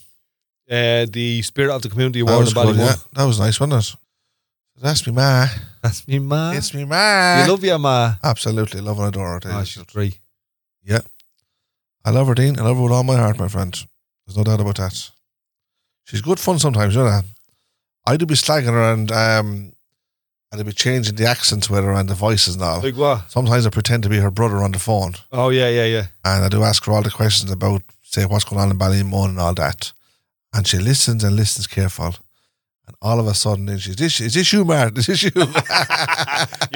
Yeah,
uh, the Spirit of the Community
that
Award
was
in
good,
Ballymore.
yeah, that was nice, wasn't it? That's me, ma.
That's me, ma.
It's me, ma.
you love your ma.
Absolutely, love and adore her.
Ah,
Daisy.
she's three.
I love her, Dean. I love her with all my heart, my friend. There's no doubt about that. She's good fun sometimes, you know. I'd be slagging her and um, I'd be changing the accents with her and the voices and all.
Like what?
Sometimes I pretend to be her brother on the phone
Oh yeah, yeah, yeah.
and I do ask her all the questions about, say, what's going on in Ballymun and all that. And she listens and listens careful. And all of a sudden, then she's, this, is this you, Martin? Is this you?
You're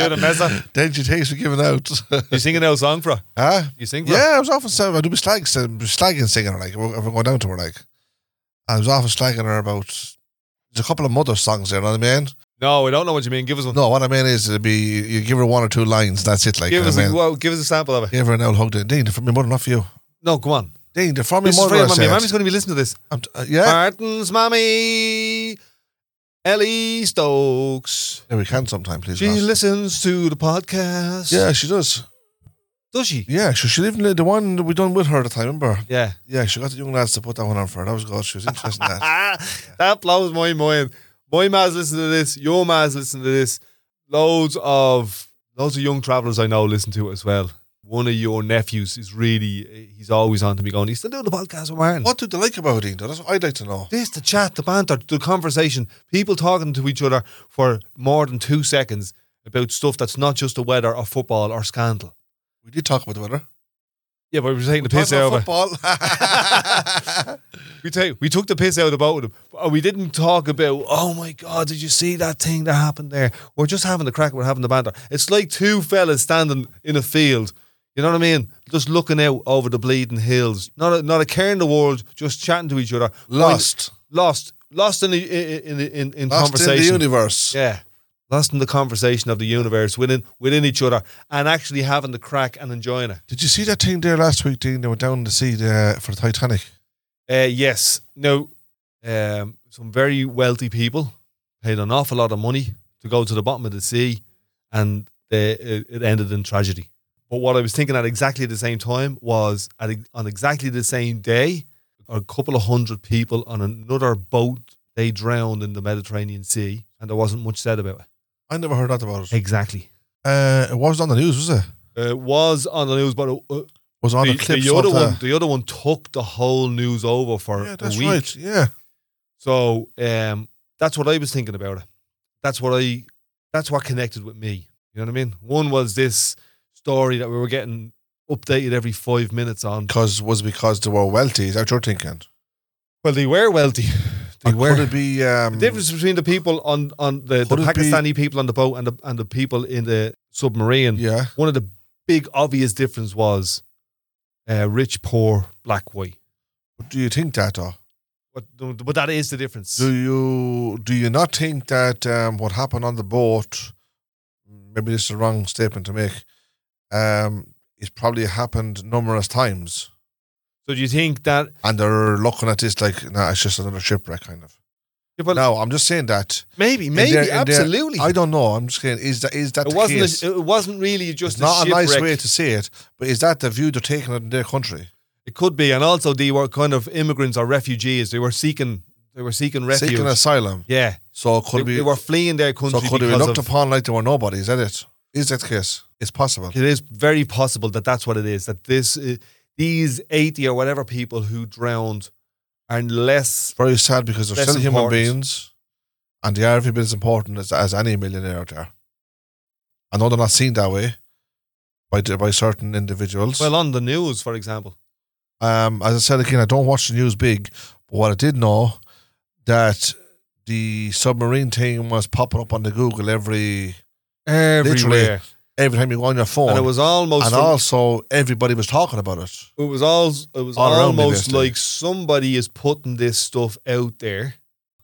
the mezza.
then she takes me giving out.
You singing our song for? her?
huh?
You sing for? her?
Yeah, I was often saying, I do be slag, slagging singing her, like, if we're going down to her, like, I was often slagging her er about, there's a couple of mother songs there, you know what I mean?
No, I don't know what you mean. Give us one.
No, what I mean is, it'd be, you give her one or two lines, that's it, like,
give
you know
us
what I
a,
mean?
well, give us a sample of it.
Give her an old hug, to- Dean, they're from your mother, not for you.
No, come on.
Dean, they're from your
This is for
mother,
your
I
mummy.
said.
Your mummy's going to be listening to this.
I'm t- uh, yeah,
Martin's mommy, Ellie Stokes.
yeah, we can sometime, please.
She
God.
listens to the podcast.
yeah, she does.
Does she?
Yeah, she, she even the one that we done with her at the time, remember?
Yeah.
Yeah, she got the young lads to put that one on for her. That was good. She was interested in that.
Ah, that blows my mind. My ma's listening to this. Your ma's listening to this. Loads of loads of young travellers I know listen to it as well. One of your nephews is really he's always on to me going, he's still doing the podcast with Martin.
What do they like about Dean? though? That's what I'd like to know.
This, the chat, the banter, the conversation, people talking to each other for more than two seconds about stuff that's not just the weather or football or scandal.
We did talk about the weather.
Yeah, but we were taking the
Talk
piss
about
out of it.
Football.
We take we took the piss out of both of them. Uh, We didn't talk about oh my god, did you see that thing that happened there? We're just having the crack. We're having the banter. It's like two fellas standing in a field. You know what I mean? Just looking out over the bleeding hills. Not a, not a care in the world. Just chatting to each other.
Lost.
lost, lost in the in in in, in
Lost in the
conversation.
universe.
yeah, lost in the conversation of the universe within within each other and actually having the crack and enjoying it.
Did you see that team there last week, Dean? They went down to see the, for the Titanic.
Uh, yes. Now, um, some very wealthy people paid an awful lot of money to go to the bottom of the sea, and they, it, it ended in tragedy. But what I was thinking at exactly the same time was at, ex- on exactly the same day, a couple of hundred people on another boat they drowned in the Mediterranean Sea, and there wasn't much said about it.
I never heard that about it.
Exactly.
Uh, it wasn't on the news, was it?
It Uh, was on the news, but it, uh,
Was it on
the,
the, clips.
the other
of the-
one, the other one took the whole news over for
Yeah,
a
that's
week.
right. Yeah.
So um, that's what I was thinking about it. That's what I. That's what connected with me. You know what I mean? One was this story that we were getting updated every five minutes on.
Because was it because they were wealthy. Is that what you're thinking?
Well, they were wealthy. They
Or
were.
Could it be um,
the difference between the people on on the, the
Could it be-
Pakistani people on the boat and the and the people in the submarine.
um, Yeah.
One of the big obvious difference was uh, rich, poor, black, white.
Do you think that though?
But, but that is the difference.
Do you do you not think that um, what happened on the boat? Maybe this is the wrong statement to make. Um, it's probably happened numerous times,
so do you think that?
and they're looking at this like, nah, it's just another shipwreck, kind of.
Yeah, but
no, I'm just saying that.
maybe,
their-
maybe,
in their-
absolutely.
I don't know. I'm just saying, is that is that
It
the
wasn't.
case?
A, it wasn't really just
it's
a
not a
shipwreck.
nice way to say it, but is that the view they're taking in their country?
It could be, and also they were kind of immigrants or refugees. They were seeking. They were seeking refuge.
Seeking asylum.
yeah,
So it
they,
could be
they were fleeing their
so
country.
could they be
because
looked
of,
upon like they were nobody. Is that it? Is that the case? It's possible.
It is very possible that that's what it is. That this, uh, these eighty or whatever people who drowned, are less.
very sad because they're
Less
still
important.
human beings, and they are every bit as important as, as any millionaire out there. I know they're not seen that way by the- by certain individuals.
Well, on the news, for example.
um, as I said again, I don't watch the news big, but what I did know that the submarine thing was popping up on the Google every
Everywhere,
every time you go on your phone,
and it was almost.
and
from-
also everybody was talking about it.
it was all. It was
All around me
almost
basically.
like somebody is putting this stuff out there.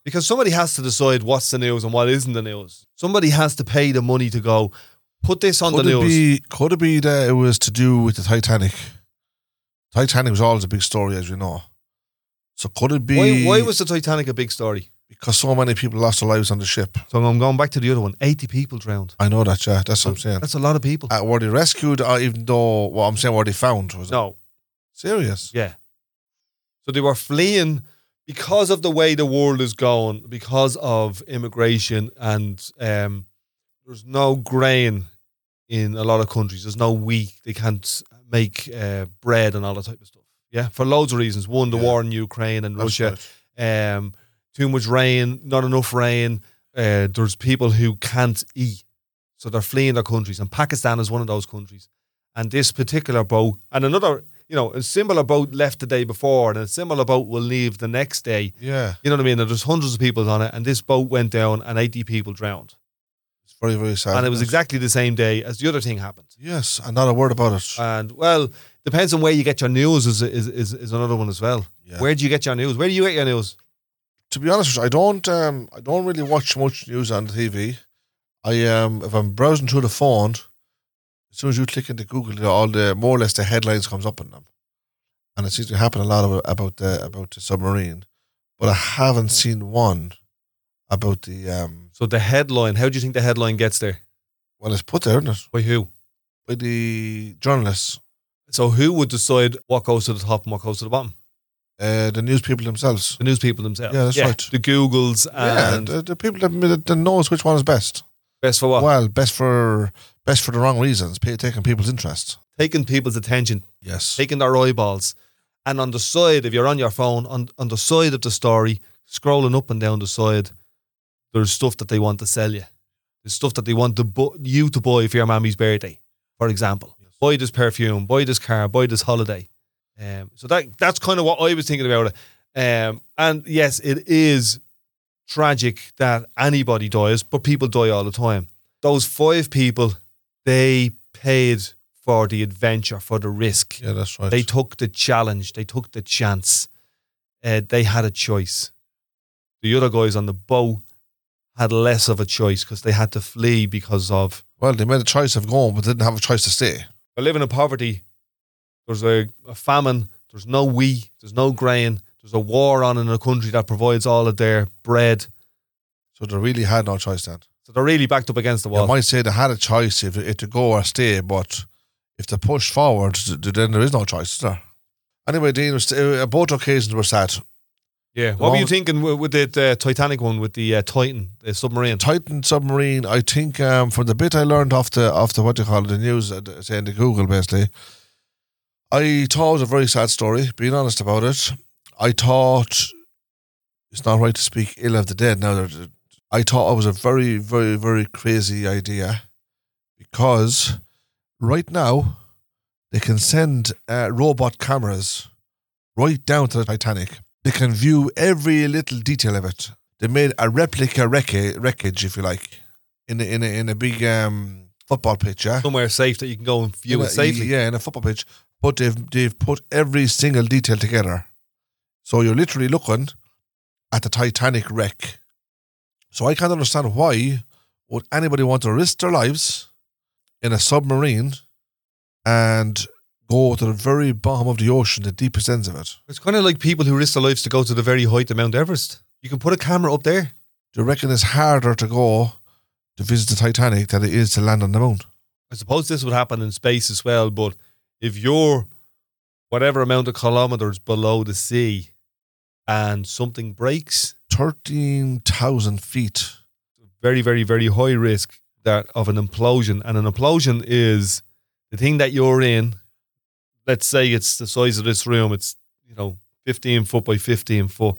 Because somebody has to decide what's the news and what isn't the news. Somebody has to pay the money to go put this on
could
the
it
news.
be? Could it be that it was to do with the Titanic? Titanic was always a big story, as you know. So could it
why,
be?
why was the Titanic a big story?
because so many people lost their lives on the ship?
So I'm going back to the other one. 80 people drowned.
I know that, yeah. That's what I'm saying.
That's a lot of people.
Uh, were they rescued? Or even though, well, I'm saying were they found? Was it
no.
serious?
Yeah. So they were fleeing because of the way the world is going, because of immigration, and um, there's no grain in a lot of countries. There's no wheat. They can't make uh, bread and all that type of stuff. Yeah, for loads of reasons. One, the
Yeah.
war in Ukraine and
That's
Russia.
right.
Um, too much rain, not enough rain. Uh, there's people who can't eat, so they're fleeing their countries, and Pakistan is one of those countries. And this particular boat, and another you know, a similar boat left the day before and a similar boat will leave the next day.
Yeah.
You know what I mean? And there's hundreds of people on it and this boat went down and 80 people drowned.
It's very, very sad.
And it was exactly the same day as the other thing happened.
Yes, and not a word about it.
And well, depends on where you get your news is is, is, is another one as well.
Yeah.
Where do you get your news? Where do you get your news?
to be honest, with you, I don't um I don't really watch much news on TV. I um if I'm browsing through the phone, as soon as you click into Google, you know, all the more or less the headlines comes up on them, and it seems to happen a lot of, about the about the submarine, but I haven't seen one about the um.
So the headline, how do you think the headline gets there?
Well, it's put there, isn't it?
By who?
By the journalists,
So who would decide what goes to the top and what goes to the bottom?
uh, the news people themselves.
The news people themselves.
Yeah, that's right.
The Googles
yeah,
and
the, the people that, that, that knows which one is best.
best for what?
Well, best for best for the wrong reasons, pa- taking people's interest.
Taking people's attention,
Yes.
taking their eyeballs. And on the side, if you're on your phone, on, on the side of the story, scrolling up and down the side, there's stuff that they want to sell you. There's stuff that they want to bu- you to buy for your mammy's birthday, for example. Buy this perfume, buy this car, buy this holiday. Um, so that that's kind of what I was thinking about it. Um, and yes, it is tragic that anybody dies, but people die all the time. Those five people, they paid for the adventure, for the risk.
Yeah, that's right.
They took the challenge. They took the chance. Uh, they had a choice. The other guys on the boat had less of a choice because they had to flee because of
well, they made a choice of going, but didn't have a choice to stay.
they're living in poverty. There's a, a famine. There's no wheat. There's no grain. There's a war on in a country that provides all of their bread.
So they really had no choice then.
So they're really backed up against the
I
wall.
might say they had a choice if, if to go or stay, but if they push forward, th- then there is no choice, is there? Anyway, Dean, it was, uh, both occasions were sad.
yeah. What were you
Well-
thinking wi- with the uh, Titanic one with the uh, Titan, the submarine?
Titan submarine. I think um, from the bit I learned off the off the what do you call it, the news, uh, the- saying the Google basically. I thought it was a very sad story. Being honest about it, I thought it's not right to speak ill of the dead. Now, that- that- I thought it was a very, very, very crazy idea because right now they can send uh, robot cameras right down to the Titanic. They can view every little detail of it they made a replica wreckage, wreckage if you like, in a, in a, in a big um, football pitch. Yeah,
Somewhere safe that you can go and view
In
it
a-
safely.
Yeah, in a football pitch, but they've they've put every single detail together, so you're literally looking at the Titanic wreck. So I can't understand why would anybody want to risk their lives in a submarine and go to the very bottom of the ocean, the deepest ends of it.
It's kind of like people who risk their lives to go to the very height of Mount Everest. You can put a camera up there.
Do you reckon it's harder to go to visit the Titanic than it is to land on the moon?
I suppose this would happen in space as well, but if you're whatever amount of kilometers below the sea and something breaks,
thirteen thousand feet.
very, very, very high risk that of an implosion. And an implosion is the thing that you're in. Let's say it's the size of this room. It's you know 15 foot by 15 foot.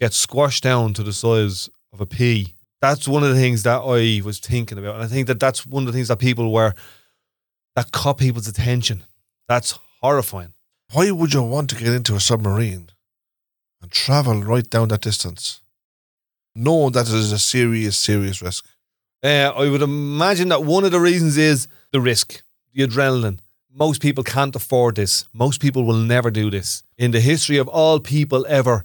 Gets squashed down to the size of a pea. That's one of the things that I was thinking about, and I think that that's one of the things that people were that caught people's attention. That's horrifying.
Why would you want to get into a submarine and travel right down that distance? Knowing that it is a serious, serious risk.
Uh, I would imagine that one of the reasons is the risk, the adrenaline. Most people can't afford this. Most people will never do this. In the history of all people ever,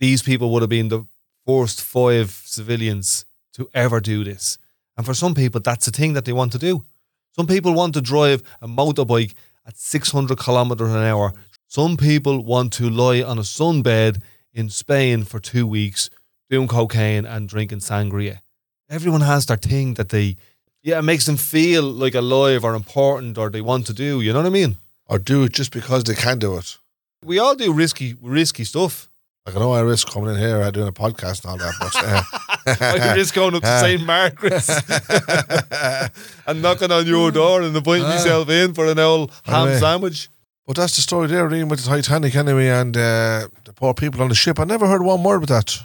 these people would have been the first five civilians to ever do this. And for some people, that's the thing that they want to do. Some people want to drive a motorbike at 600 kilometers an hour. Some people want to lie on a sunbed in Spain for two weeks doing cocaine and drinking sangria everyone has their thing that they yeah it makes them feel like alive or important or they want to do you know what i mean
Or do it just because they can do it.
we all do risky risky stuff
Like I know I risk coming in here uh, doing a podcast and all that, but uh,
i risk going up to
Ah.
st margaret's and knocking on your door and inviting
Ah.
yourself in for an old ham
Anyway.
sandwich
but that's the story there, Ian, with the Titanic anyway, and uh, the poor people on the ship. I never heard one word with that.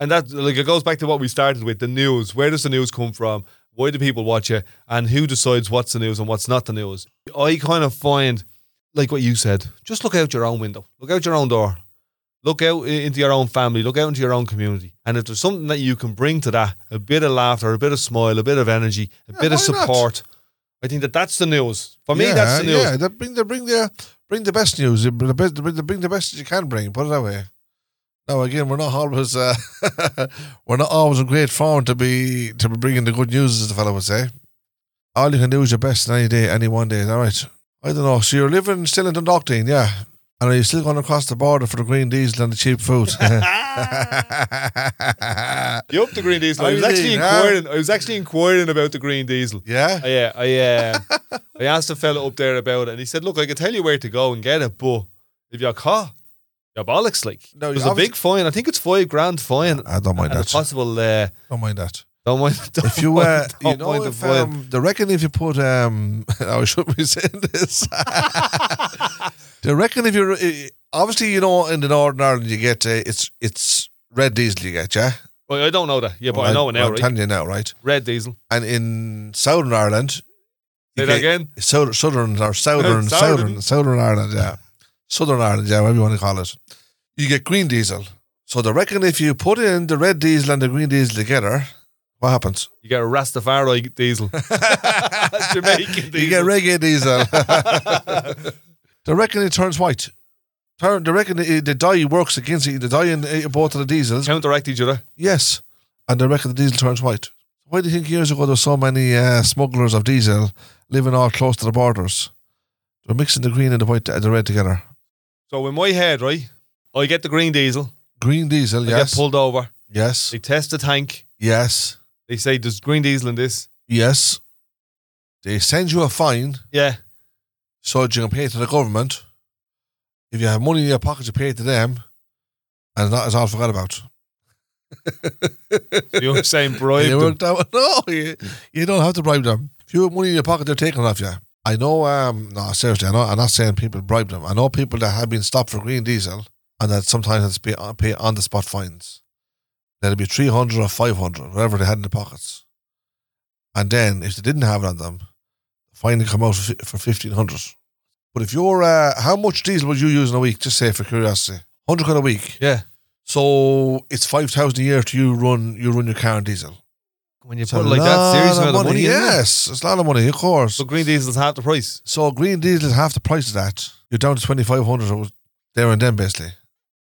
and that like it goes back to what we started with the news where does the news come from why do people watch it and who decides what's the news and what's not the news i kind of find like what you said, just look out your own window, look out your own door, look out i- into your own family, look out into your own community. And if there's something that you can bring to that, a bit of laughter, a bit of smile, a bit of energy, a
Yeah,
bit of
why not?
support, I think that that's the news. For me, that's the news.
Yeah, they bring, they bring, the, bring the best news. They bring the best, they bring the best that you can bring, put it that way. Now, again, we're not always uh, we're not always in great form to be to be bringing the good news, as the fellow would say. All you can do is your best in any day, any one day. Is that right? I don't know. So you're living still in Dundalkteen, yeah? And are you still going across the border for the green diesel and the cheap food?
You up the green diesel? I
How
was
you
actually
doing, huh?
inquiring. I was actually inquiring about the green diesel.
yeah.
I, uh, I, uh, I asked a fella up there about it, and he said, "Look, I could tell you where to go and get it, but if you're caught, you're bollocks." Like,
No,
there's a
obviously-
big fine. I think it's five grand fine.
I don't mind
and a
that.
possible. Uh,
Don't mind that.
don't mind. Don't
If you
mind,
uh,
don't
you know,
mind the
if,
fine.
um, they reckon if you put, um, I shouldn't be saying this. they reckon if you're eh, obviously, you know, in the Northern Ireland, you get uh, it's it's red diesel, you get yeah.
Well, I don't know that. Yeah, but I know it now,
I'm
right?
telling you now, right?
Red diesel.
And in Southern Ireland,
Say
you
that
get
again.
Sou- Southern or Southern,
Southern.
Southern, Southern Ireland, yeah, Southern Ireland, yeah, whatever you want to call it. You get green diesel. So they reckon if you put in the red diesel and the green diesel together, what happens?
You get a Rastafari diesel. Jamaican diesel.
You get reggae diesel. they reckon it turns white. Turn, they reckon the, the dye works against it. The dye in uh, both of the diesels.
Counteract each other.
Yes. And they reckon the diesel turns white. Why do you think years ago there were so many uh, smugglers of diesel living all close to the borders? They're mixing the green and the white and the red together.
So in my head, right, I get the green diesel.
Green diesel,
I
yes.
get pulled over.
Yes.
They test the tank.
Yes.
They say there's green diesel in this.
Yes. They send you a fine
Yeah.
so that you can pay to the government. If you have money in your pocket, you pay to them, and that is all forgot about.
You're saying bribe
You
them.
worked out- No, you, you don't have to bribe them. If you have money in your pocket, they're taking it off you. I know. Um, no, seriously, I know, I'm not saying people bribe them. I know people that have been stopped for green diesel and that sometimes has to pay, pay on the spot fines. That'll be three hundred or five hundred, whatever they had in their pockets. And then if they didn't have it on them, fine will come out for, fi- for fifteen hundred. But if you're, uh, how much diesel would you use in a week? Just say for curiosity, hundred quid a week.
Yeah.
So it's five thousand a year to you run you run your car on diesel.
When you
It's
put it like that, serious amount of money. yeah.
yes, it's a lot of money, of course.
So green diesel's half the price.
So green diesel is half the price of that. You're down to twenty five hundred or there and then, basically,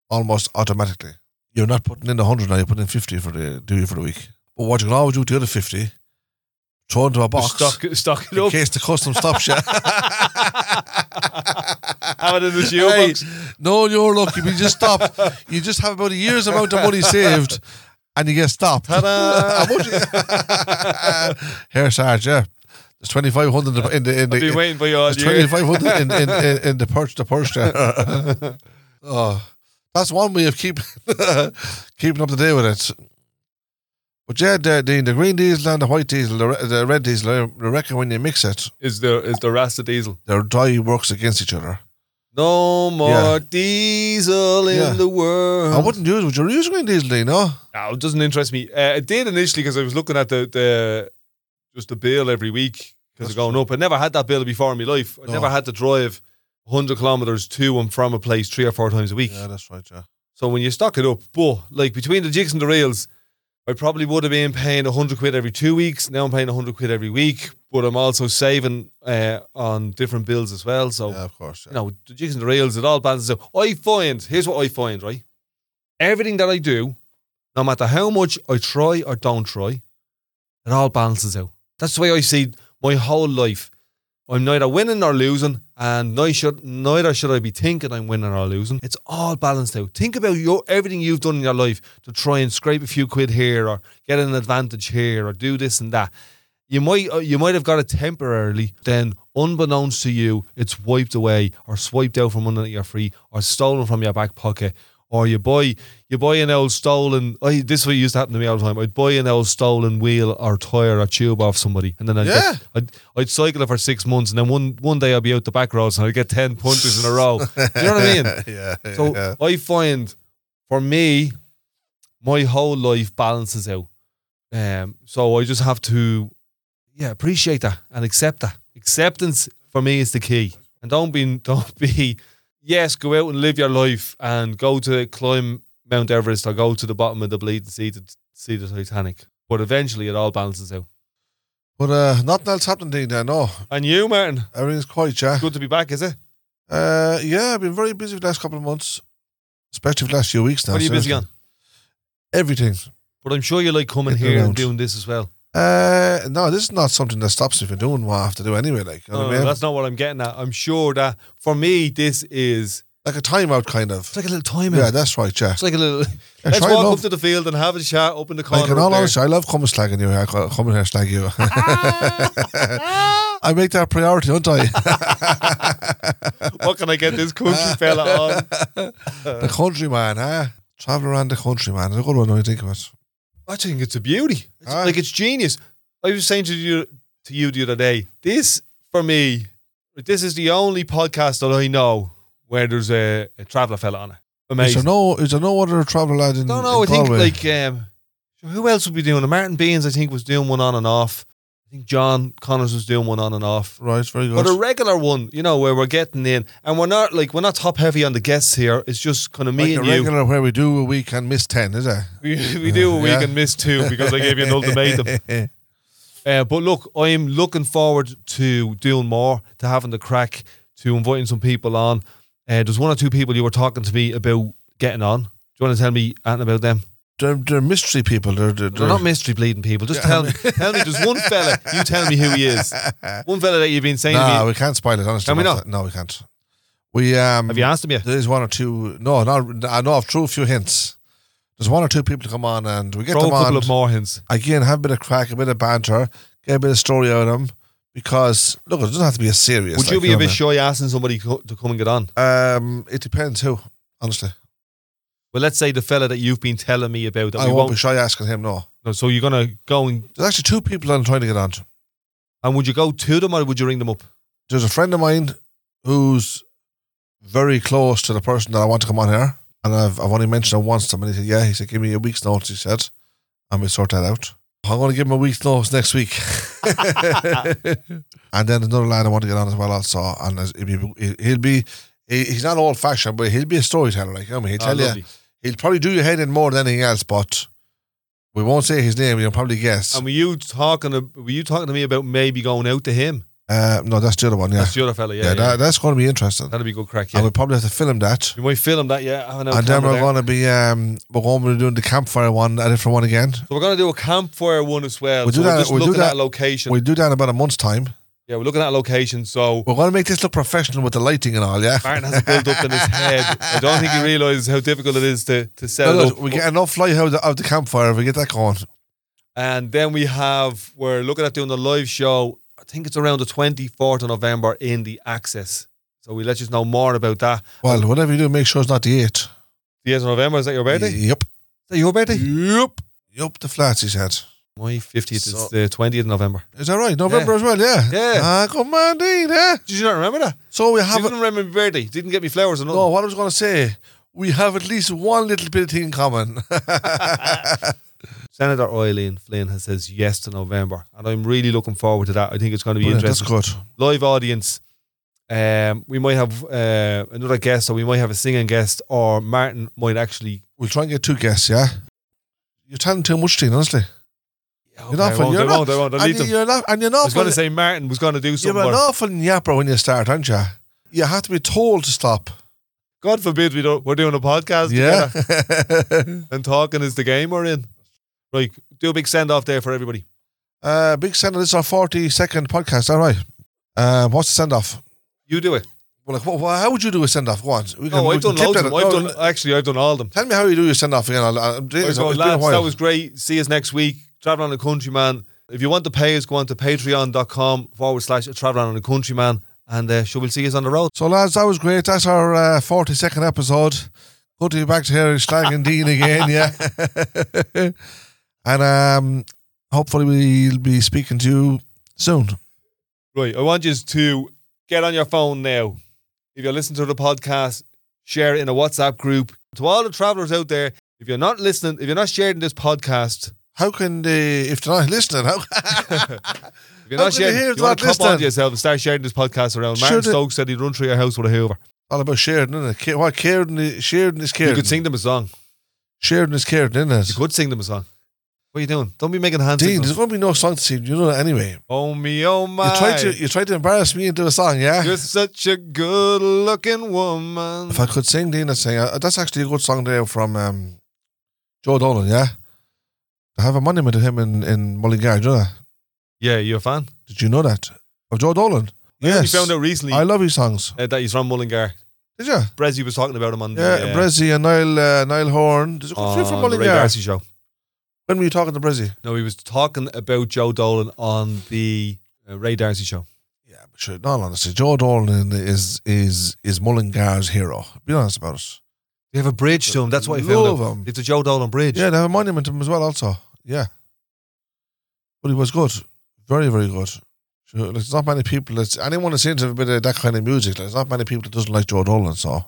almost automatically. You're not putting in a hundred now; you're putting in fifty for the do you for the week. But what you can always do with the other fifty, throw into a box
Just Stock, it- stock it
in
up.
case the custom stops you.
Have it in the
Hey,
shoebox.
no, you're lucky. We just stop. You just have about a year's amount of money saved, and you get stopped.
Ta-da.
How much? Here, Sarge. Yeah, there's twenty five hundred in the in the.
I've been waiting for you all
It's
year.
2500 in, in, in, in the perch, the perch there. oh, that's one way of keeping keeping up to date with it. But yeah, the, the, the green diesel and the white diesel, the, re- the red diesel, I reckon when you mix it,
Is the is the Rasta diesel?
their dye works against each other.
No more
Yeah.
diesel in
Yeah.
the world.
I wouldn't use it. Would you use green diesel, do you know?
No, it doesn't interest me. Uh, it did initially because I was looking at the, the just the bill every week because it's going up. I never had that bill before in my life. I
No.
never had to drive 100 kilometers to and from a place three or four times a week.
Yeah, that's right, yeah.
So when you stock it up, but like between the jigs and the reels, I probably would have been paying 100 quid every two weeks. Now I'm paying 100 quid every week, but I'm also saving uh, on different bills as well. So
Yeah, of course.
you know, the jigs and the reels, it all balances out. I find, here's what I find, right? Everything that I do, no matter how much I try or don't try, it all balances out. That's the way I see my whole life. I'm neither winning nor losing, and neither should, neither should I be thinking I'm winning or losing. It's all balanced out. Think about your everything you've done in your life to try and scrape a few quid here, or get an advantage here, or do this and that you might uh, you might have got it temporarily. Then, unbeknownst to you, it's wiped away or swiped out from under your free or stolen from your back pocket. Or you buy you buy an old stolen. I, this way used to happen to me all the time. I'd buy an old stolen wheel or tire or tube off somebody, and then I'd,
Yeah.
get, I'd I'd cycle it for six months, and then one one day I'd be out the back roads and I'd get ten punters in a row. Do you know what I mean?
yeah, yeah,
So
yeah.
I find for me, my whole life balances out. Um, so I just have to, yeah, appreciate that and accept that. Acceptance for me is the key. And don't be don't be yes, go out and live your life and go to climb Mount Everest or go to the bottom of the bleed and see the see the Titanic. But eventually it all balances out.
But uh, nothing else happened Dean, there, no.
And you, Martin,
Everything's quiet, yeah.
good to be back, is it?
Uh, yeah, I've been very busy for the last couple of months, especially for the last few weeks now.
what are you busy
seriously.
on?
Everything.
But I'm sure you like coming
Get the
here and
round.
doing this as well.
Uh, no, this is not something that stops me from doing what I have to do anyway. Like, you know
No,
what I mean?
Oh, that's not what I'm getting at. I'm sure that for me, this is
like a timeout, kind of.
it's like a little timer.
Yeah, that's right, yeah.
It's like a little.
I
Let's
try
walk
love-
up to the field and have a chat up in the corner.
Like in
up
all
there.
honesty, I love coming slagging you. I co- coming here slag you. I make that a priority, don't I?
what can I get this country fella on?
the countryman, huh? Travel around the country, man. It's a good one when you think of it.
I think it's a beauty. It's,
Aye.
like it's genius. I was saying to you to you the other day. This for me, this is the only podcast that I know where there's a, a traveller fella on it.
Is there
Amazing.
no? Is there no other travel lad in?
No, no. I
Mm, in
think
Galway?
like um, who else would be doing it? Martin Beans, I think, was doing one on and off. I think John Connors was doing one on and off.
right, very
But
good.
a regular one, you know, where we're getting in and we're not like we're not top heavy on the guests here. It's just kind of
like
me
a
and you.
regular where we do a week and miss ten, is it?
We, we do a week
Yeah.
and miss two because I gave you an ultimatum. Uh, but look, I am looking forward to doing more, to having the crack, to inviting some people on. Uh, there's one or two people you were talking to me about getting on. Do you want to tell me anything about them?
they're, they're mystery people. They're, they're,
They're not mystery bleeding people. Just tell me. Tell me. There's one fella. You tell me who he is. One fella that you've been saying to
No,
me.
we can't spoil it. Honestly,
Can we
That's
not?
it. No, we can't. We um.
Have you asked him yet?
There's one or two. No, not, I know I've threw a few hints. There's one or two people to come on, and we get
Throw a
them on
couple of more hints.
again. Have a bit of crack, a bit of banter, get a bit of story out of them. Because look, it doesn't have to be a serious.
Would
like,
you be
know
a bit
what
shy asking somebody co- to come and get on?
I mean? Um, it depends who. Honestly,
Well, let's say the fella that you've been telling me about that
I
we
won't,
won't.
be shy asking him. No,
no, so you're gonna go and
there's actually two people I'm trying to get on. to.
and would you go to them or would you ring them up?
There's a friend of mine who's very close to the person that I want to come on here, and I've I've only mentioned it once to him, and he said, "Yeah." He said, "Give me a week's notice." He said, "And we'll sort that out." I'm going to give him a week's notice next week. and then another line I want to get on as well, also, and as- he'll be, he'll be he- he's not old fashioned, but he'll be a storyteller. Like I mean, he'll
Oh,
tell you,
lovely.
he'll probably do your head in more than anything else, but we won't say his name. You'll probably guess.
And were you talking? To, were you talking to me about maybe going out to him?
uh, no, that's the other one. Yeah,
That's the other fella. Yeah,
yeah,
yeah,
That, that's going to be interesting.
that'll be good crack.
And
Yeah,
we'll probably have to film that.
we might film that. Yeah, have an
and
out-camera
then we're
there.
going to be um, we're going to be doing the campfire one, a different one again.
So we're gonna do a campfire one as well.
We'll
so
do
We're
that-
just
we'll do
looking at
that-
location.
We do that in about a month's time.
yeah, we're looking at location. So
We're going to make this look professional with the lighting and all. Yeah.
Martin has it built up in his head. I don't think he realizes how difficult it is to to set
No,
it
no,
up.
we get enough light out of the, out the campfire if we get that going.
And then we have we're looking at doing a live show. I think it's around the twenty fourth of November in the Access. So we will let you know more about that.
Well, whatever you do, make sure it's not the eight.
The 8th of November is that your birthday? Is
Yep.
that your birthday?
Yep. Yep. The flats, he said.
My fiftieth
So-
is the twentieth of November.
Is that right? November as well, yeah.
Yeah.
Ah, good man, Dean, yeah.
Did you not remember that?
So we
I
have.
didn't remember my birthday. Didn't get me flowers or nothing.
No, what I was going to say, we have at least one little bit of thing in common. uh,
Senator Eileen Flynn has says yes to November, and I'm really looking forward to that. I think it's going to be
Brilliant, that's
interesting.
good.
Live audience. Um, we might have uh, another guest, or we might have a singing guest, or Martin might actually.
We'll try and get two guests, yeah? You're telling too much, Dean, honestly.
Okay,
not
I
for-
won't,
you're
I
not-
won't, I won't, I'll
And
leave
you-
them.
you're not, and you're
I
not
was going to
an,
say Martin was going to do
you're
something.
an
more.
awful yapper when you start, aren't you? You have to be told to stop.
God forbid we don't. We're doing a podcast
Yeah.
together, and talking is the game we're in. Right, do a big send off there for everybody.
uh, big send off. This is our 42nd podcast. All right. Uh, what's the send off?
You do it.
Well, like, wha- wha- how would you do a send off? once? We
No,
we
I've done
clip
loads of
that.
them. I've
No,
done, actually, I've done all of them.
Tell me how you do your send off again. I'll, I'll, it's,
I
it's
go,
been a
lads,
while.
that was great. See us next week. Traveling on the Countryman. If you want to pay us, go on to patreon.com forward slash traveling on the Countryman. And uh, sure, we'll see us on the road.
So, lads, that was great. That's our uh, 42nd episode. Good to be back to here, Slag and Dean again, yeah. and um, hopefully, we'll be speaking to you soon.
Right. I want you to get on your phone now. If you're listening to the podcast, share it in a WhatsApp group. To all the travelers out there, if you're not listening, if you're not sharing this podcast,
How can they, if they're not listening, how,
If you're
How
not
could they
sharing,
hear
you
it's
want
not
to cop on
listening?
to yourself and start sharing this podcast around. Martin
Should it-
Stokes said he'd run through your house with a hoover.
All about Sheridan, isn't it? Ki- Why Sheridan? is- Sheridan is
You
Sheridan.
could sing them a song.
Sheridan is Sheridan,
You
isn't it?
could sing them a song. What are you doing? Don't be making hands.
Dean,
signals.
there's going to be no song to sing. You know that anyway.
Oh me, oh my.
You tried to Ah. you tried to embarrass me into a song, yeah.
You're such a good-looking woman.
If I could sing, Dean, I'd sing. Uh, that's actually a good song there from um, Joe Dolan, yeah. I have a monument to him in in Mullingar. Do you know that?
Yeah, you a fan?
Did you know that of Joe Dolan?
You
Yes,
found out recently
I love his songs.
uh, that he's from Mullingar.
Did you?
Brezzy was talking about him on
Yeah,
the uh,
Brezzy and Niall uh, Niall Horn. There's a good few
on
from
Oh, the Ray
Mullingar.
Darcy show.
When were you talking to Brezzy?
No, he was talking about Joe Dolan on the uh, Ray Darcy show.
Yeah, but sure. No, honestly, Joe Dolan is is is Mullingar's hero. Be honest about it.
They have a bridge to him. That's what I
Love
found out.
him.
It's a Joe Dolan bridge.
Yeah, they have a monument to him as well, also. Yeah. But he was good. Very, very good. Sure, There's not many people that's anyone that's into a bit of that kind of music, there's not many people that doesn't like Joe Dolan, so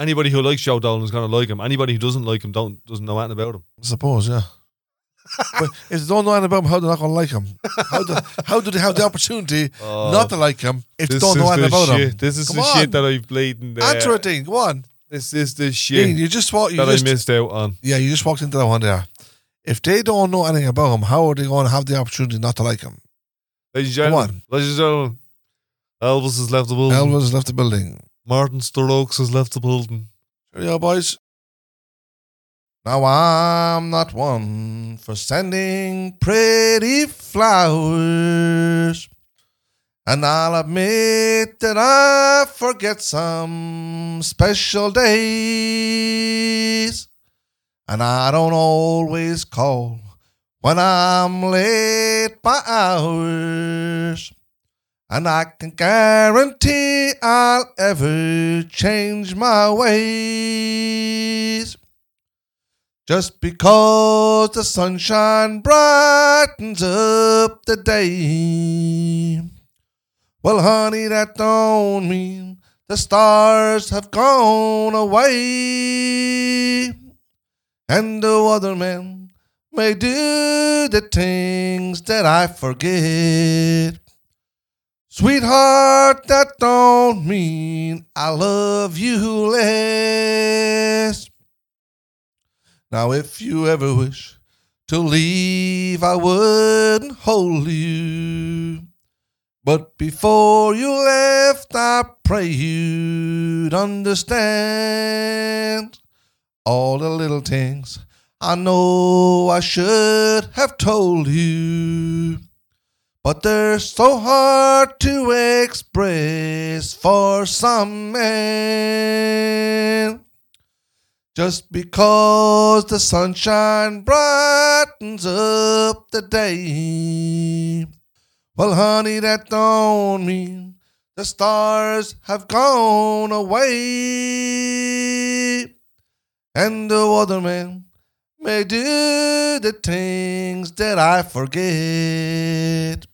Anybody who likes Joe Dolan is going to like him. Anybody who doesn't like him don't doesn't know anything about him.
I suppose, yeah. but if they don't know anything about him, how they're not gonna like him? How do how do they have the opportunity not to like him if they
Oh. This
don't
is
know
the
anything about
shit.
him?
This is
Come
the
on.
shit that I've played in there.
Answer it, Dean. Go on.
This is the
Dean,
shit
you just walked you
that
just,
I missed out on.
Yeah, you just walked into that one there. If they don't know anything about him, how are they gonna have the opportunity not to like him?
Ladies and
Go
gentlemen,
on.
ladies and gentlemen, Elvis has left the building.
Elvis left the building.
Martin Stokes has left the building.
Cheerio, boys. Now I'm not one for sending pretty flowers, and I'll admit that I forget some special days, and I don't always call when I'm late by hours. And I can guarantee I'll ever change my ways. Just because the sunshine brightens up the day. Well, honey, that don't mean the stars have gone away. And the other men may do the things that I forget. Sweetheart, that don't mean I love you less. Now, if you ever wish to leave, I wouldn't hold you. But before you left, I pray you'd understand all the little things I know I should have told you but they're so hard to express for some men. Just because the sunshine brightens up the day. Well, honey, that don't mean the stars have gone away. And the other man may do the things that I forget.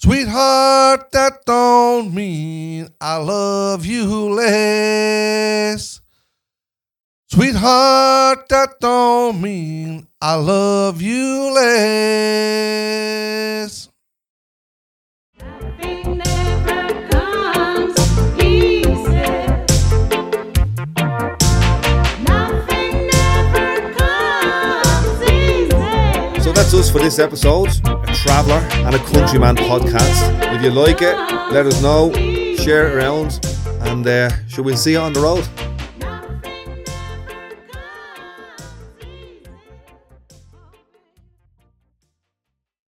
Sweetheart, that don't mean I love you less. Sweetheart, that don't mean I love you less.
Nothing never comes easy. Nothing never comes easy.
So that's us for this episode, a traveller and a countryman podcast. If you like it, let us know, share it around, and uh, shall we see you on the road?